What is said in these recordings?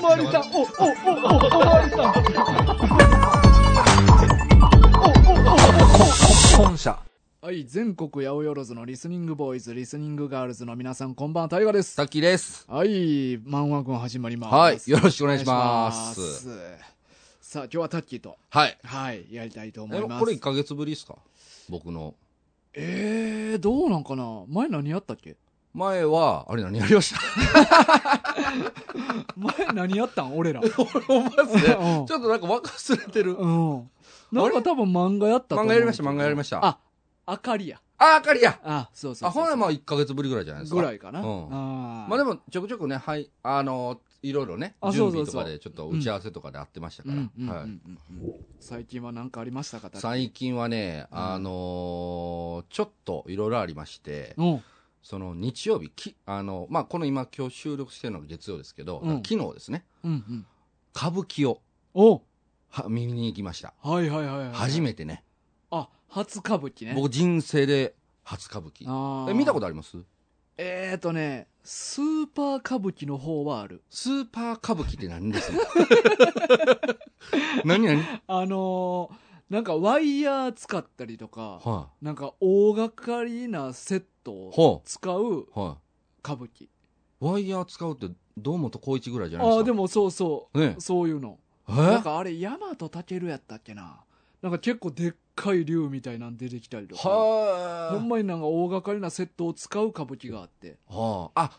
まわりさん、お、お、お、お、おまわりさん。本社。はい、全国八百万のリスニングボーイズ、リスニングガールズの皆さん、こんばんは、タイガです。さっきです。はい、漫画軍始まります。はい。よろしくお願いします。お願いしますさあ、今日はタッキーと、はい。はい、やりたいと思えいます。これ1ヶ月ぶりですか僕の。えー、どうなんかな前何やったっけ前は、あれ何やりました前何やったん 俺ら。うん。お前っす ね。ちょうっとなんか忘れてる。ん。なんか多分漫画やったと思う漫画やりました漫画やりましたあ、あかりや。あ、あかりや。あ、そうそうあ、そうほなまあ1ヶ月ぶりぐらいじゃないですか。ぐらいかな。うんあまあでも、も、ちょくちょくね、はい、あのーいろいろねあ、準そう備そとうそうかで、ちょっと打ち合わせとかで会ってましたうかんうんうんら。うはいんうん最近は何かありましたかタッキー最近はね、うんあのーちょっといろいろありまして、うん。その日曜日、きあの、まあ、この今今日収録してるのが月曜ですけど、うん昨日ですね、うんうん。歌舞伎をおは見に行きました。はいはいはい、はい。初て。めてね。あ、初歌舞伎ね。僕人生で初歌舞伎。あえ見たこととありますえーとね、スーパー歌舞伎の方はある。 スーパー歌舞伎って何ですか何何はい、あのー、なんかワイヤー使ったりとか、はなんか大掛かりなセットほをう使うい、歌舞伎。ワイヤー使うって堂本光一ぐらいじゃないですあか。あ、でもそうそう、ねそういうの。えなんかあれ、ヤマトタケルやったっけな。なんか結構でっかい竜みたいなん出てきたりとか。ほんはまになんか大掛かりなセットを使う歌舞伎があって。あ、はあ。あ、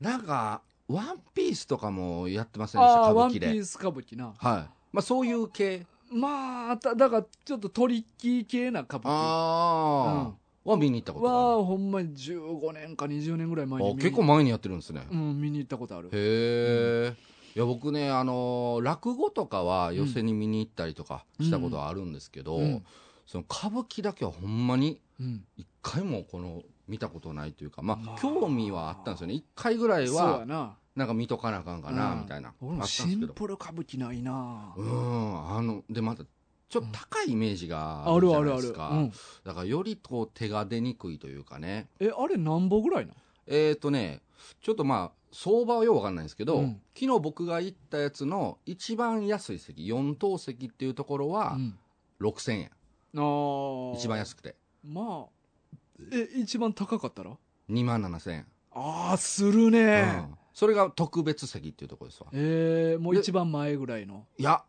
なんか、ワンピースとかもやってませんでした、ああ歌ー、ワ舞ンピ伎で。はい。ース歌舞伎な。まあそういう系。まあ、ただからちょっとトリッキー系な歌舞伎ああ、は見に行ったことがあはほんまに15年か20年ぐらい前るにあ見結構前にやってるんですね。うん、見に行ったことある。へえ。いや、僕ね、あのー落語とかは寄席に見に行ったりとかしたことはあるんですけど、うんその歌舞伎だけはほんまにうん、一回もこの見たことないというか、ままああ、興味はあったんですよね。一回ぐらいそうやは、な。なんか見とかなあかんかな、うんみたいな。俺もあったシんですけンどプル歌舞伎ないなう。ん、あの、で、また、ちょっと高いイメージがああるるじゃあなるいあでるす。か。うんだから、よりこう、手が出にくいというかね。え、あれ何本ぐらいなえっ、ー、とね、ちょっとまあ、相場はようわかんないんですけど、うん昨日僕が行ったやつの一番安い席、4等席っていうところはうん6000円。あー一番安くて。まあ、え、一番高かったら2万7000円、ああ、するね。うんそれが特別席っていうところですわ。えー、もう一番前ぐらいの。いや、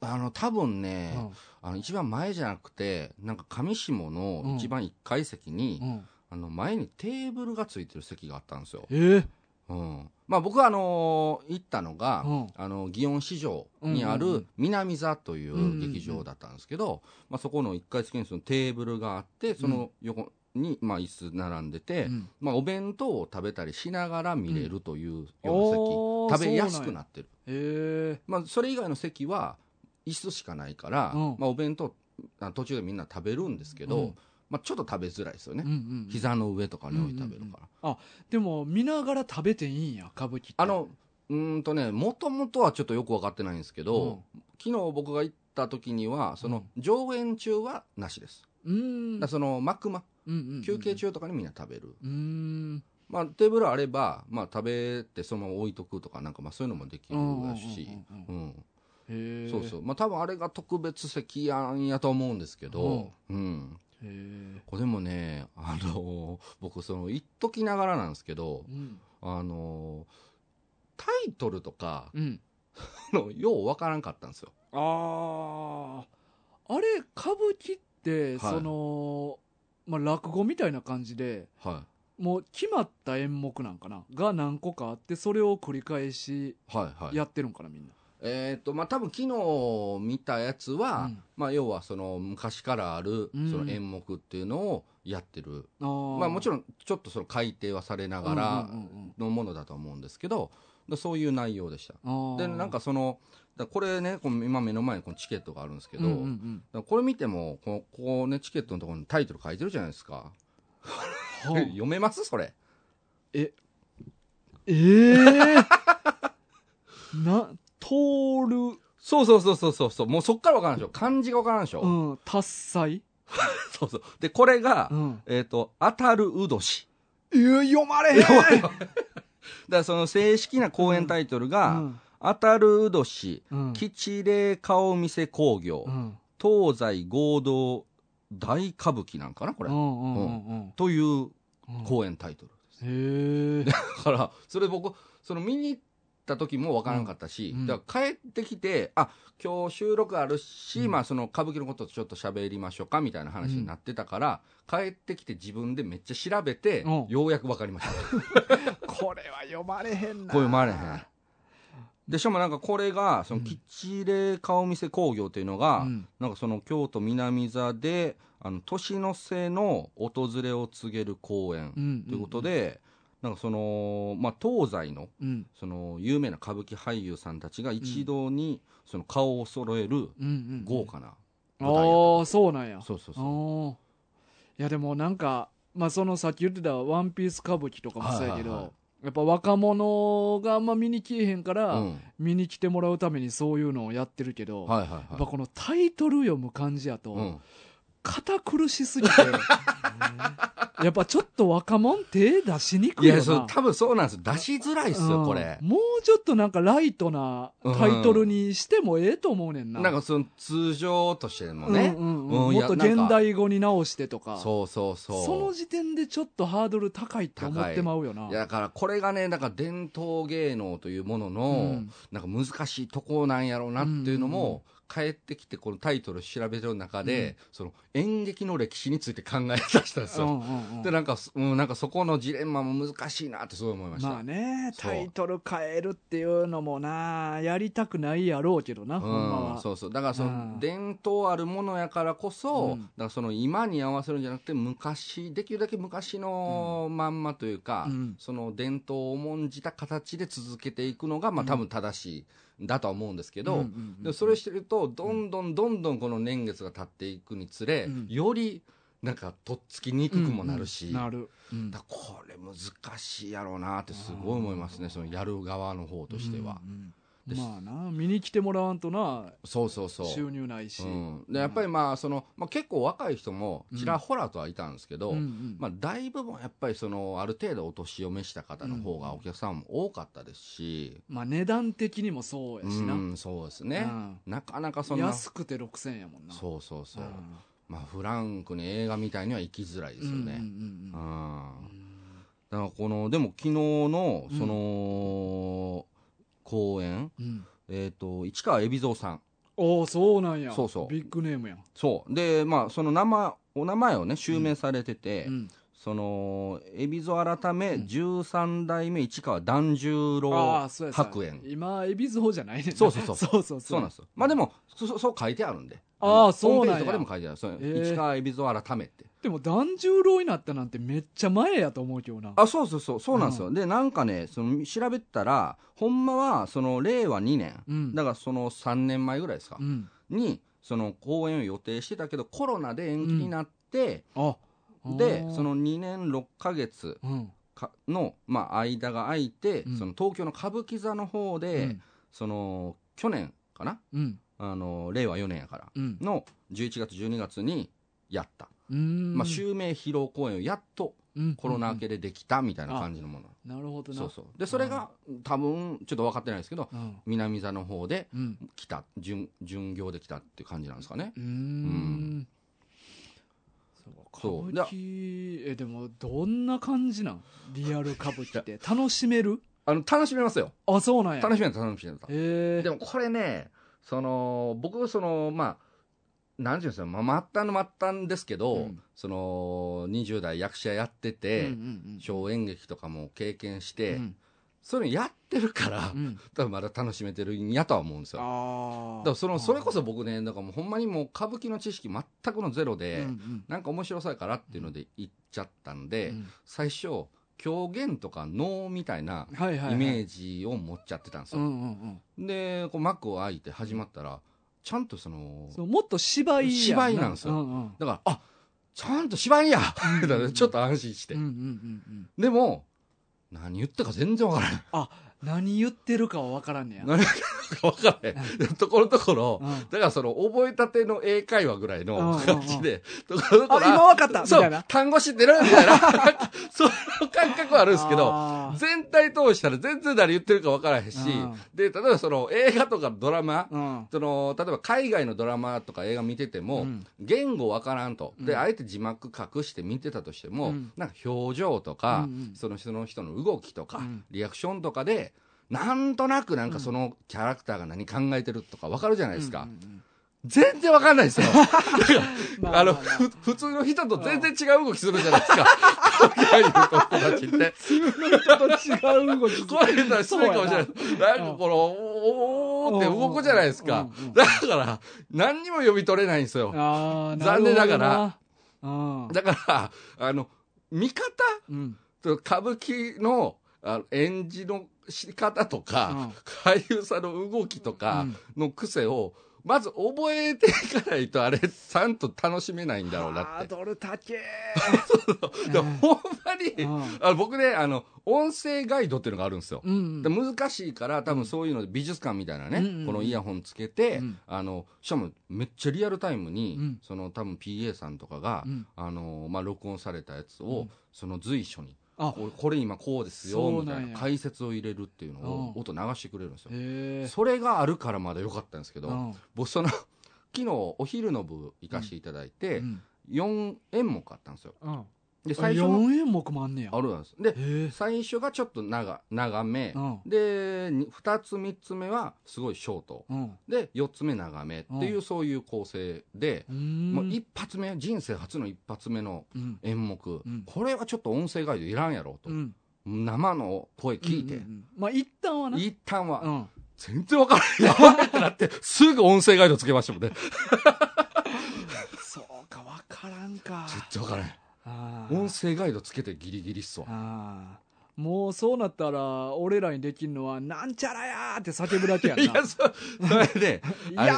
あの、多分うね、んあの、一番前じゃなくて、なんか上下の一番1階席に、うんあの、前にテーブルがついてる席があったんですよ。えー、うん。まあ僕はあのー行ったのが、うんあの、祇園市場にあうんうんうるん南座といんうんうんう劇場だったんですけど、まあそこの1階席にそのテーブルがあって、その横に、まあ椅子並んでて、うんまあお弁当を食べたりしながら見れるというようなおー席、食べやすくなってる。えー、まあそれ以外の席は椅子しかないから、うんまあお弁当、あ途中でみんな食べるんですけど、うんまあちょっと食べづらいですようねんう。ん。膝の上とかに置いて食べるから。うんうんうんでも、見ながら食べていいんや、歌舞伎って。あの、うーんとね、もともとはちょっとよく分かってないんですけど、昨日僕が行った時には、その、上演中はなしです。うん、うんだからその、幕間、うんうんうん休憩中とかにみんな食べる。うーんまあ、テーブルあれば、まあ、食べてそのまま置いとくとか、なんか、まあ、そういうのもできるらしい。うんうんへえそうそう。まあ、多分あれが特別席やんやと思うんですけど、うん。へえこれもね、あのー僕、その、言っときながらなんですけどう、んあのータイトルとか、 うんのようわからんかったんですよ。あああれ歌舞伎って、はいその、まあ、落語みたいな感じではもう決まった演目なんかなが何個かあってそれを繰り返しい。はいはい。やってるんかなみんな、えっ、と、まあ、多分昨日見たやつは、うんまあ、要はその昔からある、うそんの演目っていうのをやってる。あーまあ、もちろん、ちょっとその改定はされながらうんうんのものだと思うんですけど、だそういう内容でした。うんあーで、なんかその、だこれね、この今目の前にこのチケットがあるんですけど、うんうんうんだこれ見ても、このここね、チケットのところにタイトル書いてるじゃないですか。はあ読めますそれ。ええな通るそうそうそうそうそうそう。もうそっからわからんでしょ。漢字がわからんでしょ。うん達祭そうそう。で、これが、うんえっ、と、当たるうどし。 えー読まれへんだからその正式な講演タイトルが、うん当たるうどし、うん吉霊顔見せ工業、うん東西合同大歌舞伎なんかな、これ。うんうんうんうんといううん公演タイトルです。へえ だから、それ僕、その見に行った時もわからんかったし、うんうんだから帰ってきて、あ、今日収録あるし、うんまあその歌舞伎のことちょっと喋りましょうかみたいな話になってたから、帰ってきて自分でめっちゃ調べて、うんようやくわかりました。これは読まれへんなこういうまれへん。で、しかもなんかこれが、その吉霊顔見せ工業というのが、うんなんかその京都南座で、あの、年の瀬の訪れを告げる公演うんということで、なんかその、まあ、東西の、うんその有名な歌舞伎俳優さんたちが一堂にその顔を揃えるうんうん豪華なああ舞台やとーそうなんやそうそうそうああいやでもなんか、まあ、そのさっき言ってた「ワンピース歌舞伎とかもそうやけど、はいはいはやっぱ若者があんま見に来えへんから、うん見に来てもらうためにそういうのをやってるけど、はいはいやっぱはこのタイトル読む感じやと、いうん堅苦しすぎ てやっぱちょっと若者手出しにくいいよやなそう多分そうなんです出しづらいっすようんこれもうちょっとなんかライトなタイトルにしてもええと思うねんな、なんかその通常としてもねうんうんうんうんいもっやと現代語に直してとかそうそうそうその時点でちょっとハードル高いって思ってまうよないやだからこれがねなんか伝統芸能というものの、うんなんか難しいとこなんやろうなっていうのも、帰ってきてこのタイトル調べてる中で、うんその演劇の歴史について考え出したんですうよ、んうんうんでなんかそ、うん、なんかそこのジレンマも難しいなってすごい思いました、まあねそうタイトル変えるっていうのもなやりたくないやろうけどな、ほんまうん、はそうそうだからそうんの伝統あるものやからこそ、うんだからその今に合わせるんじゃなくて昔できるだけ昔のまんまというか、うんその伝統を重んじた形で続けていくのが、まあ、多分正しいんだとは思うんですけど、うんうんうんでもそれしてるとどんどんどんどんこの年月が経っていくにつれ、うんよりなんかとっつきにくくもなるうし、んうんなる、うんだからこれ難しいやろうなってすごい思いますねそのやる側の方としては。うんうでんまあな見に来てもらわんとなそうそうそう収入ないし、うん、でやっぱりまあその、まあ、結構若い人もちらほらとはいたんですけど、うんうんまあ、大部分やっぱりそのある程度お年を召した方の方がお客さんも多かったですし、まあ値段的にもそううやしな、んそうですね、なかなかそんな安くて6000円やもんなそうそうそう、んまあ、フランクに映画みたいには行きづらいですよね。うううんんんうんだからこのでも昨日のその、公演、うんうんえー、と市川海老蔵さんおおそうなんやそうそうビッグネームやんそうでまあその名前お名前をね襲名されてて、うんその海老蔵改めうん13代目市川團十あ郎あそうや白そう猿や今エビズ法じゃないねんなそうそうそう そうそうそうなんですよまあでもそそそう書いてあるんであーあのそうなんやホームページとかでも書いてあるそうへえ市川海老蔵改めってでも團十郎になったなんてめっちゃ前やと思うけどなあそうそうそうそうなんですよ、でなんかねその調べてたらほんまはその令和2年、うんだからその3年前ぐらいですかう、んにその公演を予定してたけどコロナで延期になって、あでその2年6ヶ月うんかの、まあ、間が空いて、うんその東京の歌舞伎座の方で、うんその去年かなうんあの令和4年やからうんの11月12月にやった、うんまあ、襲名披露公演をやっとうんコロナ明けでできたみたいな感じのもの、なるほどなそうそうでそれが多分ちょっと分かってないですけどうん南座の方でうん来た巡巡業で来たって感じなんですかねうーんんそうそう歌舞伎えでもどんな感じなんリアル歌舞伎って楽しめるあの楽しめますよあそうなんや楽ししめた楽しめたえー、でもこれね、その僕、そのまあ、なんていうんですか、まあ、末端の末端ですけど、うんその20代役者やってうて、んうんうん小演劇とかも経験して、うんそういうのやってるから、うん多分まだ楽しめてるんやとは思うんですよ。あだあからそのそれこそ僕ね、なんかもうほんまにもう歌舞伎の知識全くのゼロで、うんなんか面白そうやからっていうので行っちゃったんうで、ん最初、狂言とか能みたいなうんはいはいはいイメージを持っちゃってたんですうよ。んうんでこう幕を開いて始まったらちゃんとそのうんそうもっと芝居や芝居なんですようんうんだからあちゃんと芝居やだからちょっと安心して、うんうんうんうんでも何言ったか全然わから ないあ何言ってるかは分からんねや何言ったかわからない ところどころうんだからその覚えたての英会話ぐらいのうん感じでところどこあろ今分かったみそたいうな単語知ってるみたいな その感覚覚はあるんですけど、あー全体通したら全然誰言ってるか分からへんしうん、で、例えばその映画とかドラマ、うんその、例えば海外のドラマとか映画見てても、うん言語わからんと。で、うんあえて字幕隠して見てたとしても、うんなんか表情とか、うんうんその人の人の動きとか、うんリアクションとかで、なんとなくなんかそのキャラクターが何考えてるとかわかるじゃないですか。うんうん全然わかんないで すよ。ま あの、まふ普通の人と全然違う動きするじゃないです か。海外の人たちって。ちょっと違う動き。こういうのは失礼かもしれない。なんかこの、おーおーって動くじゃないですか。だから、何にも読み取れないんですよ。あー残念ながら。なるほどなだから、あの、見方うん。うん。と歌舞伎のあの演じの仕方とうんか、俳優さんの動きとかの癖を、まず覚えていかないと、あれ、ちゃんと楽しめないんだろうなハっーて。ドル高え。 でもほんまに、うんあの僕ね、あの、音声ガイドっていうのがあるんですよ。うんで難しいから多分そういうので美術館みたいなね、うんうんうんこのイヤホンつけて、うんあのしかもめっちゃリアルタイムに、うんその多分 PA さんとかが、うんあのまあ、録音されたやつうを、んその随所にあ、これこれ今こうですそようみなんやたいな解説を入れるっていうのをうん音流してくれるんですよ、へえ。それがあるからまだ良かったんですけど、うん僕その昨日お昼の部行かせていただいて、うん4演目あったんですようん。で最初の4演目もあんねや。あるんですでへえ。最初がちょっと長長め、うん。でに2つ3つ目はすごいショートうん。で4つ目長めっていううそういう構成で、うん。もう一発目人生初の一発目のうん。演目、うんこれはちょっと音声ガイドいらんやろと、うん。生の声聞いて、うんうんうん。まあ、一旦はな。一旦は、うん。全然わからないやばいってなってすぐ音声ガイドつけましたも んねそうか、わからんか。全然わからないあー音声ガイドつけてギリギリっすわあーもうそうなったら、俺らにできんのは、なんちゃらやーって叫ぶだけやんいな。やそそれでやおや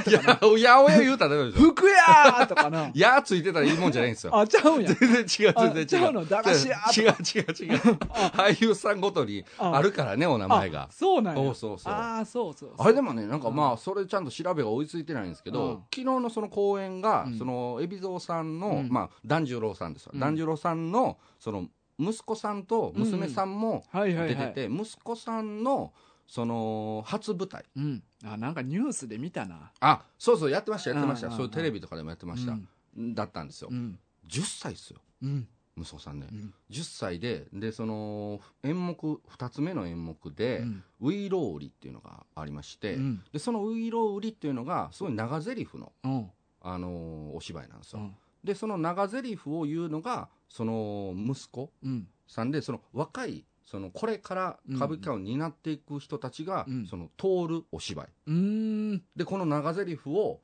ー といやおやおや言うたらダメでしょ。服やーとかなやーついてたらいいもんじゃないんですよあ、ちゃうんや。全然違うあ全ち然違ゃううの駄菓子屋違う違う違う 俳優さんごとにあるからねお名前があそうなんや。そうそうそうああ、そうそうそう。あれでもねなんかうんまあそれちゃんと調べが追いついてないんですけど、うん昨日のその公演が、うんその海老蔵さんの、うんまあ團十郎さんですようん團十郎さんのその息子さんと娘さんもはいはいは出い。てて、息子さんのその初舞台うん。あ、なんかニュースで見たな。あそうそうやってましたやってました、うんうんそういうテレビとかでもやってました、うんだったんですよ、うん。 10歳ですようん。息子さんね、うん10歳ででその演目2つ目の演目で、うんウイロウリっていうのがありまして、うんでそのウイロウリっていうのがすごい長台詞の、うん。あのーお芝居なんですうよ、ん。でその長台詞を言うのがその息子うん。さんでその若いそのこれから歌舞伎界を担っていく人たちが、うんその通るお芝居うーん。でこの長台詞を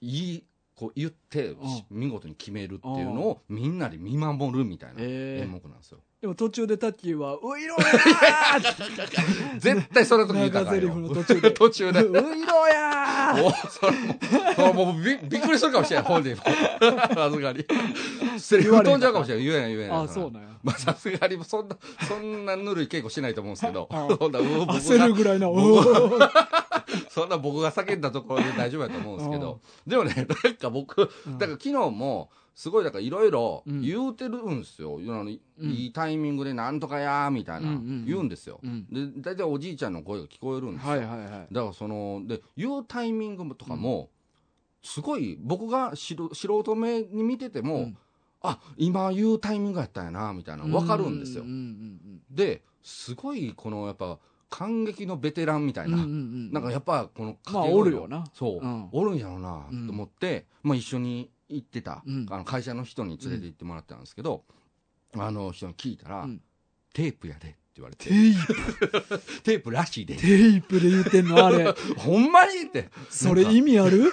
言いこう言って、し見事に決めるっていうのをみんなで見守るみたいなへー演目なんですよ、でも途中でタッキーは、ういろやー絶対その時言うたらあかんよ長台詞の途中で途中でういろやーおそれもそれもうびびっくりするかもしれない、本人も。 さすがに。セリフ飛んじゃうかもしれない。言えない、言えない。あ、そうなんや。まあ、さすがに、そんな、そんなぬるい稽古しないと思うんですけど、あそんな、うー僕焦るが、ぐらいな、お ーそんな僕が叫んだところで大丈夫やと思うんですけど、でもね、 なんか僕、うんだから昨日も、すごい、だからいろいろうん言うてるんですよ。あのいうんいタイミングでなんとかやーみたいなうんうんうん、言うんですよう。ん。で、大体おじいちゃんの声が聞こえるんですよはいはいはい。だからそので言うタイミングとかも、すごい僕がしろ素人目に見てても、うんあ今言うタイミングやったんやなみたいな分かるんですよう。んですごいこのやっぱ感激のベテランみたういんうんな、うん。うんなんかやっぱこのまあ掛け声おるよなそう、うんおるんやろうなと思って、まあ、一緒に行ってた、うんあの会社の人に連れて行ってもらったんですけど、あの人に聞いたら、うんテープやでって言われてテープ、テープ らしいでテープで言うてんのあれ。ほんまにって それ意味ある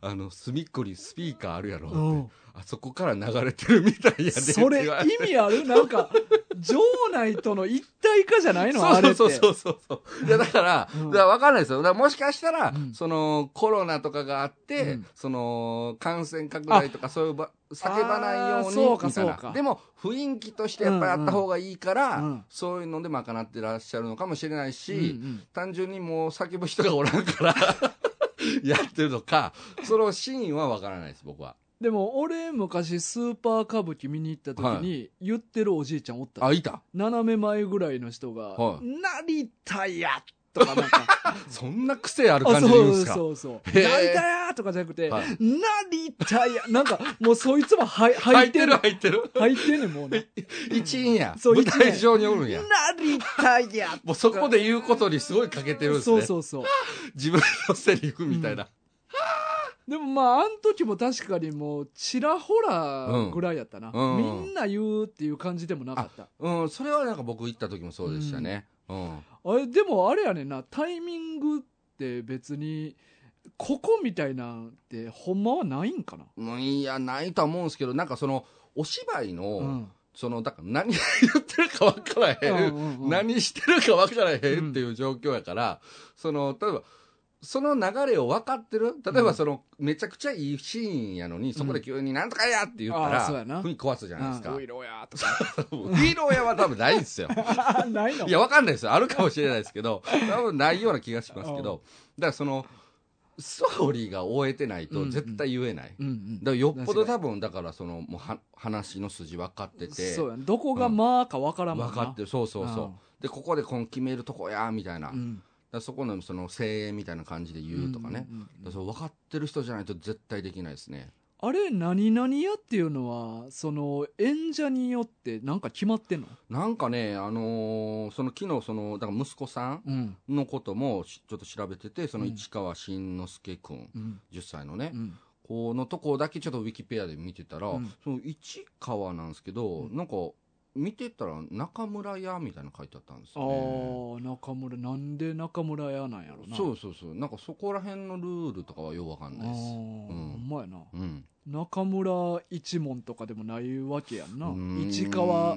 あの隅っこにスピーカーあるやろって、うんあそこから流れてるみたいやでそれって言わ意味あるなん か、場内との一体化じゃないのあれって。そうそうそうそうそういやだから,、うんだから分かんないですよだからもしかしたら、うんそのコロナとかがあって、うんその感染拡大とかそういうば叫ばないようあーにそうかみたいなそうかでも雰囲気としてやっぱりあった方がいいから、うんうんうんそういうので賄ってらっしゃるのかもしれないし、うんうん単純にもう叫 ぶ人がおらんからやってるとかそのシーンは分からないです僕は。でも俺昔スーパー歌舞伎見に行った時はに言ってるおじいちゃんおった、あ、いた。斜め前ぐらいの人が「はい成田や!」とかなんかそんな癖 あるあ感じで言うんですか。そうそうそう「成へえ田や!」とかじゃなくて「はい成田や!」なんかもうそいつもは 入入っっててるる入ってる。入ってんねんもうね一員や。そう舞一員台上におるん「や。成田や!」もうそこで言うことにすごい欠けてるんですそね。うそうそう自分のセリフみたいな。でもまああん時も確かにもうちらほらぐらいやったな、うんうんみんな言うっていう感じでもなかったうん、それはなんか僕行った時もそうでしたね。うん。あれでもあれやねんなタイミングって別にここみたいなんってほんまはないんかなうんいや、ないとは思うんですけど、なんかその、お芝居の、うんその、だから何言ってるか分からへうん。んうんうん何してるか分からへんっていう状況やから、その、例えば、その流れを分かってる例えうばんその、めちゃくちゃいいシーンやのに、そこで急になんとかやって言ったあら、ーそうやな雰囲気壊すじゃないですか。うんおいろやとかヒーロー屋は多分ない んですよ。ないの いや、わかんないですよ。あるかもしれないですけど、多分ないような気がしますけど、だからその、ストーリーが終えてないと絶対言えない。うんうんだからよっぽど多分、だからその、もうは話の筋分かってて、そうやんどこがまあかわからんもん分な。かってる、そうそうそううんで、ここでこの決めるとこや、みたいな。うだかんらそこのその声援みたいな感じで言うとかね。うんうんうだからんそう分かってる人じゃないと絶対できないですね。あれ何々やっていうのはその演者によってなんか決まってんのなんかね、あのーその昨日、その、だから息子さんうんのこともしちょっと調べてて、そのうん市川新之助君、ん、うん10歳のねう、んこのとこだけちょっとウィキペアで見てたら、うんその市川なんですけど、うんなんか見てたら中村屋みたいなの書いてあったんですあよーね。中村なんで中村やなんやろなそうそうそう。なんかそこら辺のルールとかはようわかんあないでーす。ほうんんまやなうん。中村一門とかでもないわけやんなうーん市川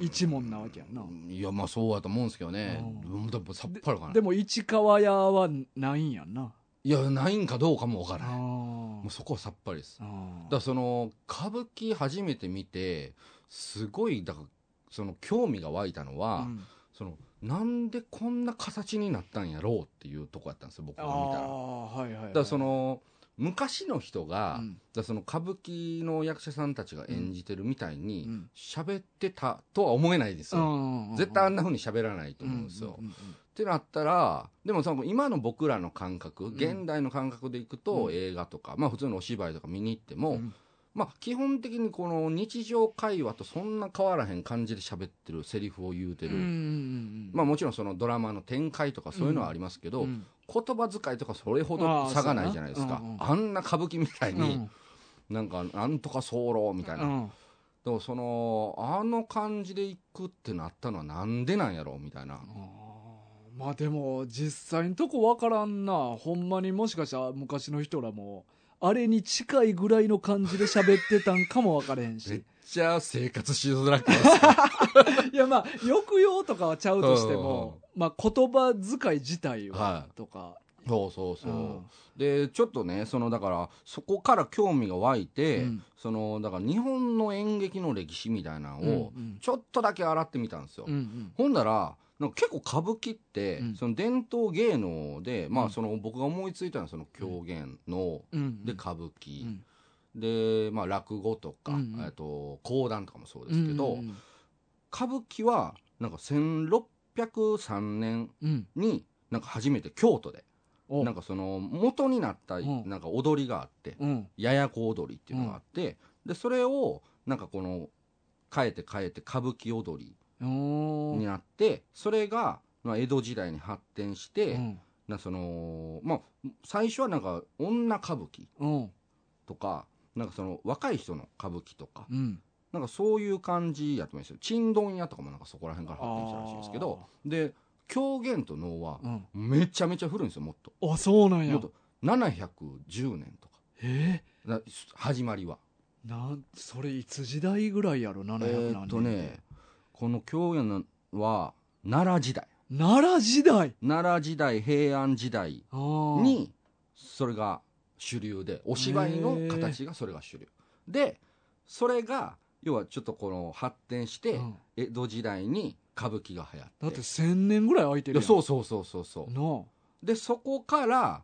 一門なわけやんないや、まあそうやと思うんですけどね。ううん、でもさっぱりわからなでい。も市川屋はないんやんないや、ないんかどうかもわかあらない。もーうそこはさっぱりです。あだかーらその歌舞伎初めて見てすごいだからその興味が湧いたのは、うんそのなんでこんな形になったんやろうっていうとこやったんですよ僕があ見たら。ーだはいはいはいからその昔の人うが、だかんらその歌舞伎の役者さんたちが演じてるみたいうにん喋ってたとは思えないですうよ、んうん絶対あんなふうに喋らないとうん思うんですよ、うんうんってなったらでもその今の僕らの感覚ん現代の感覚でいくと、うん映画とか、まあ、普通のお芝居とか見に行っても、うんうんまあ、基本的にこの日常会話とそんな変わらへん感じで喋ってるセリフを言うてうんる、うんうんまあ、もちろんそのドラマの展開とかそういうのはありますけど、うん言葉遣いとかそれほあどー差がないじゃないですかあ,、そうやなんな歌舞伎みたいに、なんかなんとか候みたいな、うんでもそのあの感じでいくってなったのはなんでなんやろうみたいな、あーまあでも実際のとこわからんなほんまにもしかしたら昔の人らもあれに近いぐらいの感じで喋ってたんかもわからへんめっしちゃ生活しづらくないですかいやまあ抑揚とかはちゃうとしても、まあ、言葉遣い自体ははいとか、 そうそうそう、うんでちょっとねそのだからそこから興味が湧いて、うんそのだから日本の演劇の歴史みたいなのをうんうんちょっとだけ洗ってみたんですよ、うんうんほんだらなんか結構歌舞伎って、うんその伝統芸能で、まうあ、んその僕が思いついたのはその狂言の、うんうんで歌舞う伎、んで、まあ、落語とか、うんうんえっと講談とかもそうですけど、うんうん歌舞伎はなんか1603年うんになんか初めて京都でおなんかその元になったんなんか踊りがあって、うんややこ踊りっていうのがあって、でそれをなんかこの変えて変えて歌舞伎踊りおーになってそれが、まあ、江戸時代に発展して、うんなそのまあ最初はなんか女歌舞伎うんとかなんかその若い人の歌舞伎とか、うんなんかそういう感じやと思いますよちんどん屋とかもなんかそこら辺から発展したらしいんですけどで狂言と能はあーうんめちゃめちゃ古いんですよもっとあそうなんもやっと710年とかえだ始まりは。ーなんそれいつ時代ぐらいやろ700何え年ーっとねこの狂言は奈良時代奈良時代奈良時代平安時代に、にそれが主流でお芝居の形がそれが主流でそれが要はちょっとこの発展してうん江戸時代に歌舞伎が流行ってだって1000年ぐらい空いているややんそうそうそうそうそうなでそこから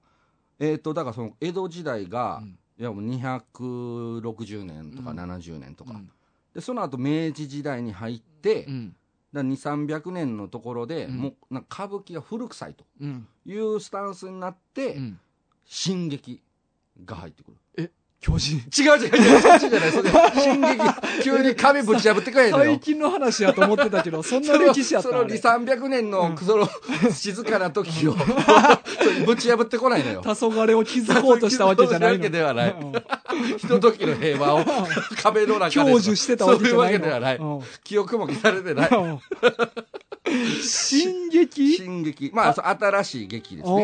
えーっとだからその江戸時代あ、がうんいやもう260年とかうん70年とか、うんでその後明治時代に入って、うんだ2 3 0 0年のところで、うんもうなんか歌舞伎が古臭いとうんいうスタンスになって、うん進撃が入ってくる巨人違う違う違うそっちじゃない それ進撃急に壁ぶち破ってくれんのよ最近の話やと思ってた けどそんそなの歴史やったそのあ2、れ300年の、その、静か な時を、ぶち破ってこないのよ。黄昏を築こうとしたわけじゃないわけのではない。うんひと時の平 和を壁の中で。享受してたわけじゃないのそういうわけではない。うん記憶も消されてない。進 撃新劇。まあ、そう新しい劇ですね。おう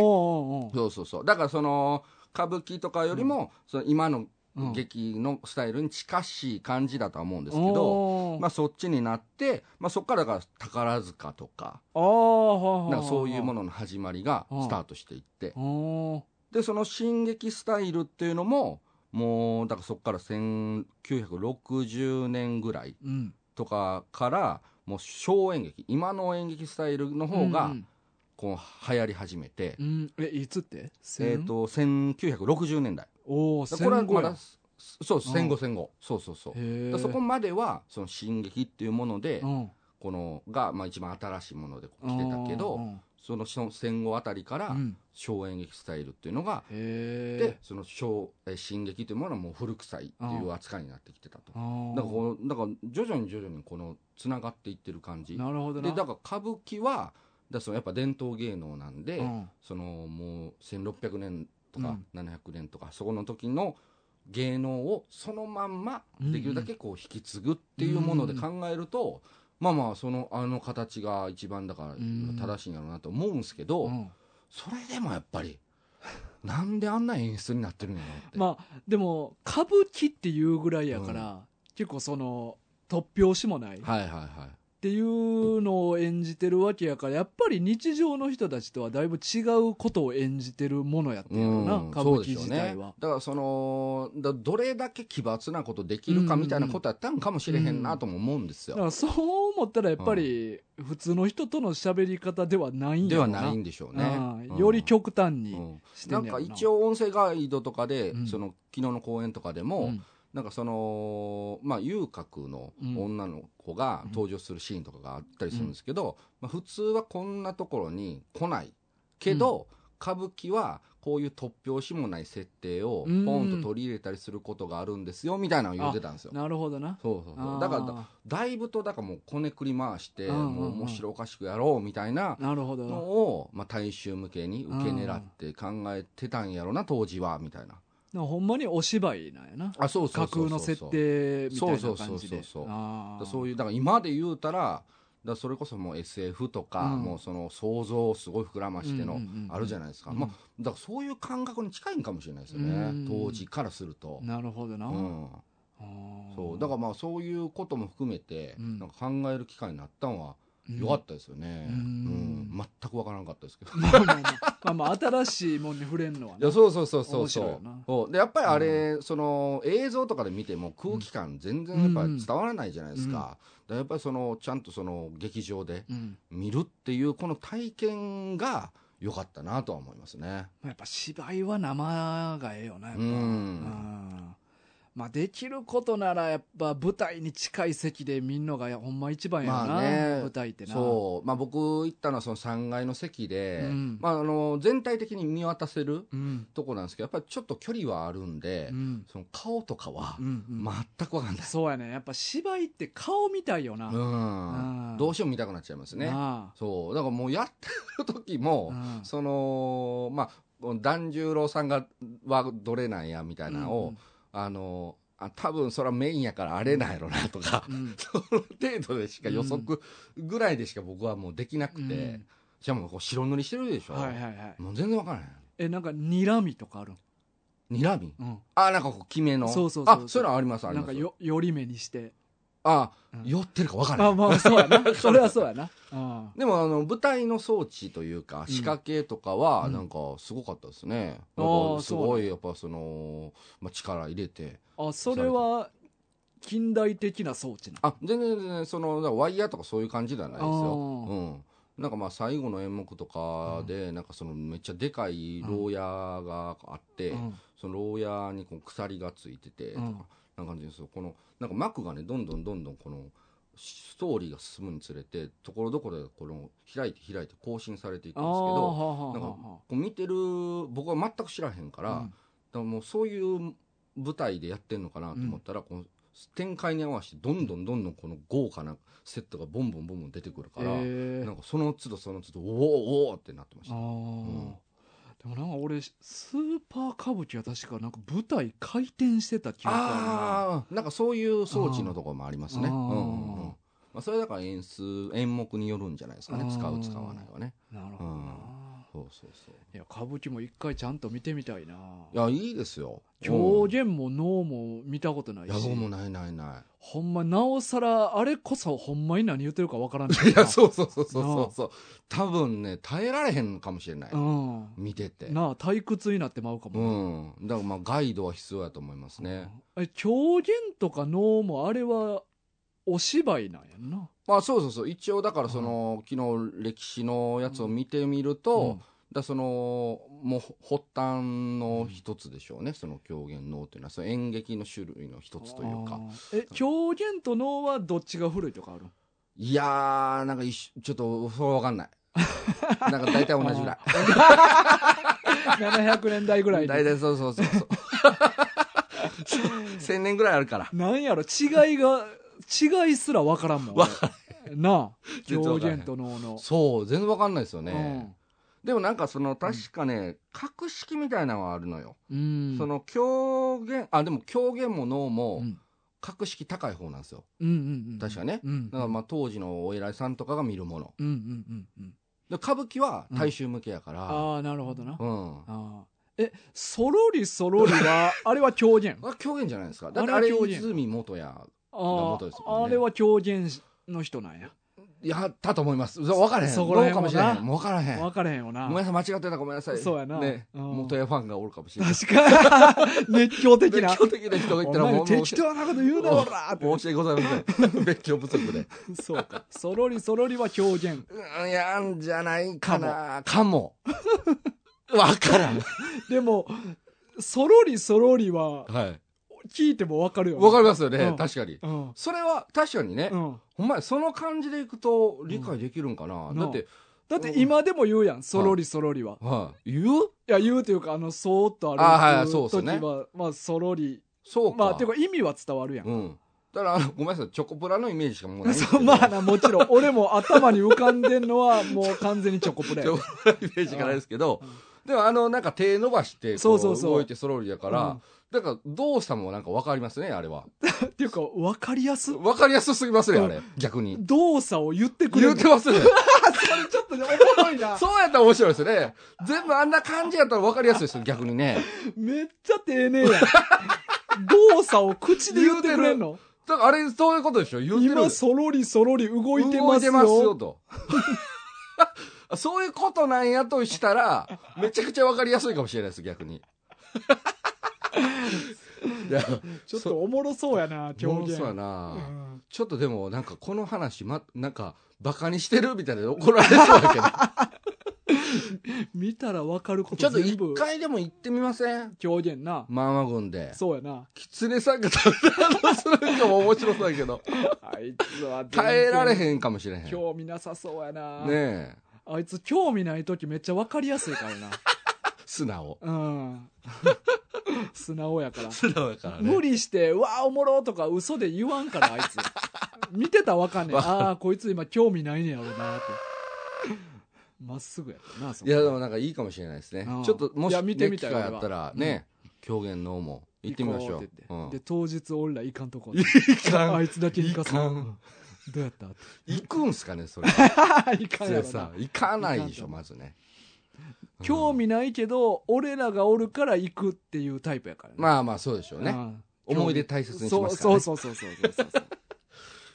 おうおうそうそうそう。だからその、歌舞伎とかよりも、その今のうん劇のスタイルに近しい感じだとは思うんですけど、おうまあそっちになって、まあそっからが宝塚とか、あーはあはあなんかそういうもののの始まりがスタートしていって、おうでその進撃スタイルっていうのももうだからそこから1960年ぐらいうんとかからもう小演劇今の演劇スタイルの方うがんこう流行り始めて、うんえいつってえっ、と1960年代おおだからこれ戦後やはまだそうう戦後ん戦後そうそうそうへえだからそこまではその進撃っていうもので、うんこのが、まあ、一番新しいもので来てたけど、うんそのその戦後あたりかうらん小演劇スタイルっていうのがへでえその小えー進撃というものはもう古臭いっていう扱いになってきてたと、だからこうだから徐々に徐々にこのつながっていってる感じなるほどでなだから歌舞伎はだからそのやっぱ伝統芸能なんで、うんそのもう1600年とうかん700年とか、そこの時の芸能をそのまんまうんうんできるだけこう引き継ぐっていうもので考えると、まあまあそのあの形が一番だからん正しいんやろうなと思うんですけど、うんそれでもやっぱり、なんであんな演出になってるんやろっ て。まあでも歌舞伎っていうぐらいやから結構その突拍子もないはいはいはっていうのを演じてるわけやからやっぱり日常の人たちとはだいぶ違うことを演じてるものやってい。るな、歌舞伎自ね体は。。だからその、だどれだけ奇抜なことできるかみたいなことやったんかもしれへんなとも思うんですだよ。からそう思ったらやっぱり普通の人との喋り方ではないんでやろはうなないんでしょうね。うんより極端うにんしてなんんねやかろな一応音声ガイドとかで、うんその昨日の公演とかでも、うんなんかその、まあ、遊郭の女の子が登場するシーンとかがあったりするんですけど、まあ、普通はこんなところに来ないけど、歌舞伎はこういう突拍子もない設定をポうんンと取り入れたりすることがあるんですよみたいなのを言ってたんですよ。なるほどなそうそうそうだからだあだいぶとだからもうこねくり回して、うんうんうんもう面白おかしくやろうみたいなーなるほどのなを、まあ、大衆向けに受け狙って考えてたんやろな当時はみたいな。ほんまにお芝居なんやなあそうそう架そうそ空うの設定みたいな感じでそうそうそうそうあだーそういうだから今で言うたらだからそれこそもう SF とか、うんもうその想像をすごい膨らましてうのんうんうんあるじゃないですか、うんまあ、だからそういう感覚に近いんかもしれないですようねん当時からすると、なるほどな、うん、あーそうだからまあそういうことも含めて、うんなんか考える機会になったのは良かったですよね、うんうん全くわからなかったですけど。 まあまあまあ、まあまあ新しいもんに触れんのはねいやそうそうそうそう面白いそよなうそうでやっぱりあれ、その映像とかで見ても空気感全然やっぱり伝わらないじゃないですか,、うんうんだからやっぱりそのちゃんとその劇場でうん、見るっていうこの体験が良かったなとは思いますね。やっぱ芝居は生がええよなやっうぱ、んうんまあ、できることならやっぱ舞台に近い席で見んのがほんま一番やな、まあね舞台ってなそう、まあ、僕行ったのはその3階の席で、うんまあ、あの全体的に見渡せるう、んとこなんですけどやっぱりちょっと距離はあるんで、うんその顔とかはうんうん全くわかんない、そうやねやっぱ芝居って顔みたいよな、うんうんどうしても見たくなっちゃいますね。なあそうだからもうやってる時も、うんそのまあ團十郎さんがはどれなんやみたいなのを、うんあのあ多分それはメインやからあれなんやろなとか、うんその程度でしか予測ぐらいでしか僕はもうできなくて、うんしかもこう白塗りしてるでしょ、はいはいはいもう全然わからないえなんか睨みとかあるん、にらみうん、あなんかこう決めのそうそうそうそうあそういうのありますありなまんかすよ寄り目にしてあ、うん酔ってるかわからないあまあそうや なそれはそうやな、うん、でもあの舞台の装置というかうん仕掛けとかはうんなんかすごかったですね、あなんーかすそうごなんいやっぱその、まあ、力入れてあそれは近代的な装置なあ全然全然そのだからワイヤーとかそういう感じではないですよ、あーうん、なんかまあ最後の演目とかで、なんかそのめっちゃでかい牢屋があって、うんその牢屋にこう鎖がついててとか、うんなんか感じですよこのなんか幕がねどんどんどんどんこのストーリーが進むにつれてところどころでこの開いて開いて更新されていくんあですけーはあどはあはなあんかはこう見てる僕は全く知らへんから,、あだからもうそういう舞台でやってんのかなと思ったら、この展開に合わせてどんどんどんどんこの豪華なセットがボンボンボンボン出てくるから。えなんかその都度その都度おーおーってなってましあた。ーでもなんか俺スーパー歌舞伎は確かなんか舞台回転してた記憶あああ、なんかそういう装置のところもありますね。あうーんうんうん。まあそれだから演出演目によるんじゃないですかあね。ー使う使わないはね。るななるほどなそうそうそう。いや歌舞伎も一回ちゃんと見てみたいないやいいですよ。狂言も能も見たことなうんいいやし僕もないないなほんまなおさらあれこそほんまに何言ってるかわからんい。いやうそうそうそうそうそうそう。多分ね耐えられへんかもしれない。ん見てて。なあ退屈になってまうかうも、ん。だからまあガイドは必要やと思いますね。え狂言とか能もあれはお芝居なんやんなまあそうそうそう。一応だからその昨日歴史のやつを見てみると。だそのもう発端の一つでしょうね、その狂言能というのはその演劇の種類の一つというかあーえ狂言と能はどっちが古いとかあるいやーなんか一緒ちょっとそれは分 かんないなんか大体同じぐらい700年代ぐらいに大体そうそうそう そう1000年ぐらいあるからなんやろ違いが違いすら分からんもん俺なあ全狂然分からへん言と能のそう全然分かんないですようね、んでもなんかその確かね、格式みたいなのはあるのよ、うんその狂言あでも狂言も能うんうもん格式高い方なんですようんうん確かねうんだからまあ当時のお偉いさんとかが見るものうんうんうんうんで歌舞伎は大衆向けやから、ああなるほどなうんあーえそろりそろり はあれは狂言あ狂言じゃないですかだってああれれは狂言泉元也あー元ですもんねあれは狂言の人なんややったと思いますそう分からへんそこらへんどうかもしれへもなんもう分からへん分からへんよごなめんなさい間違ってたらごめんなさいそうやなねうん元也ファンがおるかも しれない確か熱狂的な熱狂的な人が言ったらおも前うもう適当なこと言うなおらーって申し訳ございません別居不足で そうかそろりそろりは狂言うんいやんじゃないかなかも 分からんでもそろりそろりははい聞いても分かるよ分かりますようねん確かにるうんそれは確かにねうんほんまやその感じでいくと理解できるんかなうんだってだって今でも言うやんそろりそろりははい言ういや言うというかあのそーっと歩あーはいくそうっす時よねはまあそろりそうかまあていうか意味は伝わるやんうん。だからあの、ごめんなさい、チョコプラのイメージしかもうないんです そけど。うまあなもちろん俺も頭に浮かんでんの はもう完全にチョコプレチョコプラのイメージしかないですけどうん、でもあの、なんか手伸ばして、こそうそうそう動いてそろりだから、だから動作もなんか分かりますね、あれは。っていうか分かりやす分かりやすすぎますね、うんあれ。逆に。動作を言ってくれ言るうて ますね。ちょっとねおもろい なそうやったら面白いですよね。全部あんな感じやったら分かりやすいですよ、逆にね。めっちゃ丁寧やん動作を口で言ってくれんのだからあれ、そういうことでしょ言うてる。今そろりそろり動いて動まいすてよますよ、と。 そういうことなんやとしたら、めちゃくちゃ分かりやすいかもしれないです、逆 に。いやちょっとおもろそうやな狂もう言そうやうな、んちょっとでもなんかこの話まなんかバカにしてるみたいで怒られそ うだけど見たら分かるこちょとっと全一部回でも行ってみません狂言なマンマ軍でそうやなキツネさんが食べたらするかも面白そうだけどあいつは耐えられんへんかもしれへんね興味なさそうやな、えあいつ興味ない時めっちゃ分かりやすい からな素直うん。 素直やから。素直だからね無理して、わあ、おもろとか嘘で言わんから、あいつ。見てたらわかんねえ。 わかああ、こいつ今興味ないねやろなって。まっすぐやったな、そいこやでもなんかいいかもしれないですねうんちょっともいしや見てみたいね機会あった俺らはね、狂言のも行ってみましょ行こうってう言っんてで、当日俺ら行かんとこ。いかん あいつだけ行かせいかうんんどうやったって行くんすか ねそれ 行かんや ろ普通さな。行かないでしょまずね興味ないけど、俺らがおるから行くっていうタイプやからね。まあまあそうでしょうね、うん思い出大切にしますから、そねうそうそうそうそうそうそう。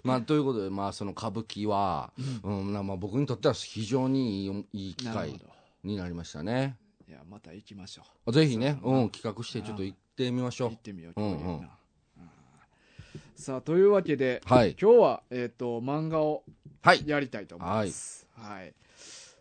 まあ、ということで、まあ、その歌舞伎は、うんまあ、僕にとっては非常にいいいい 機なるほ会ど。になりましたねいや、また行きましょう。ぜひね、そうだなうん、企画してちょっと行ってみましょ行ってみよう、うんう今ん日はなうんさあというわけでうはい今日は、えっと漫画をはい。やりたいと思います。はい。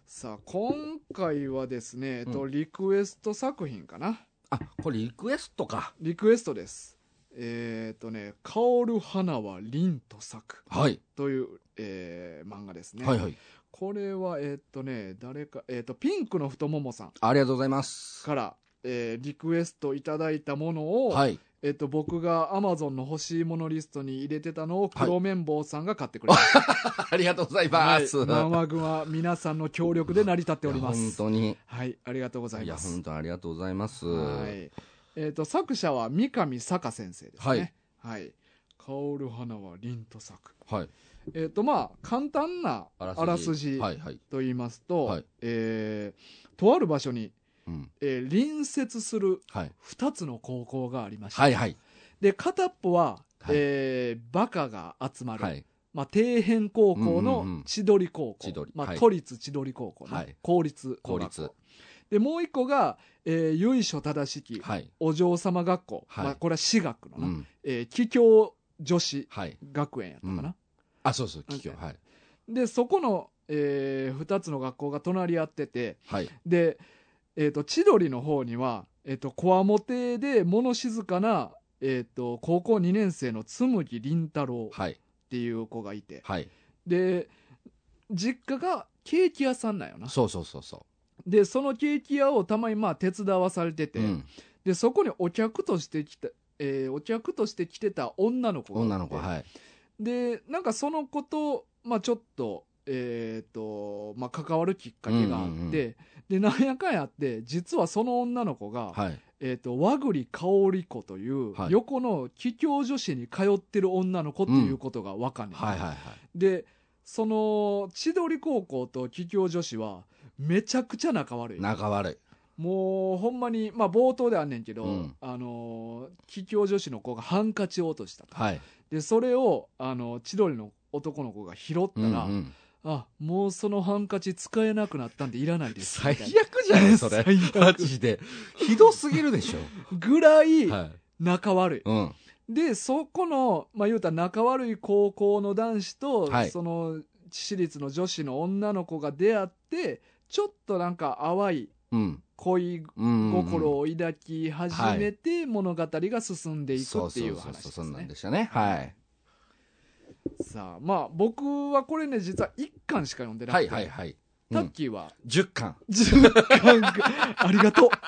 さあ、今回はですね、えっと、リクエスト作品かな。あ、これリクエストか。リクエストです。えーっとね、香る花は凛と咲くはい。という、えー漫画ですね。はいはい。これは、えーっとね、誰か、えーっと、ピンクの太ももさんありがとうございます。から、えーリクエストいただいたものを、はい。えーっと、僕が Amazon の欲しいものリストに入れてたのを黒綿棒さんが買ってくれま した。ありがとうございはまい、す。漫画群は皆さんの協力で成り立っておりまいや本す。当に。はい、ありがとうございいや、ます本。当ありがとうございます。はい。えっ、と、作者は三上坂先生ですね。はい。香る花は凛と咲く。はい。えっ、と、まあ、簡単なあらすじはいはい。と言いますと、はいえーとある場所に、うん。えー隣接するはい。二つの高校がありました。はいはい。で、片っぽは、はいえーバカが集まる、はい。まあ、底辺高校うんうんうのん千鳥高校、千鳥まあはい都立千鳥高校ね、はい公立公高校立。でもう一個が、えー、由緒正しき、はい。お嬢様学校、はいまあ、これは私学のうな、ん。えー桔梗女子はい。学園やったかな、あ、そうそう、なん聞てきはい。でそこの、え2つの学校が隣り合っててはい。で、えー、と千鳥の方にはこわもてで物静かな、えー、と高校2年生の紬凛太郎っはい。ていう子がいてはい。で実家がケーキ屋さんなんよなそうそうそうそでそのケーキ屋をたまにまあ手伝わされてて、う。うん。でそこにお客として来た、えーお客として来てた女の子がいて女の子、はい。でなんかその子と、まあ、ちょっと,、えーとまあ、関わるきっかけがあって、うんうんうんでなんやかんやあって実はその女の子が、はい。えー、と和栗香織子という、はい横の桔梗女子に通ってる女の子っていうことが分かんねんはいはいはい。でその千鳥高校と桔梗女子はめちゃくちゃ仲悪い仲悪い。もうほんまに、まあ、冒頭であんねんけど、うんあのー桔梗女子の子がハンカチを落としたとはい。でそれをあの千鳥の男の子が拾ったうんうら、ん。あもうそのハンカチ使えなくなったんでいらないです最悪みじゃないそれ。 最悪マジで。ひどすぎるでしょ。たいなぐらいはい。仲悪い、うん。でそこのまあ言うたら仲悪い高校の男子と、はいその私立の女子の女の子が出会ってちょっとなんか淡いうん。恋うん。心を抱き始めて、物語が進んでいくっていうそうそう話そうでそすうなんねでしたね。はい。さあまあ僕はこれね実は1巻しか読んでなくはて、いはいはい。タうッんキーは10巻。 10巻ぐありがとう。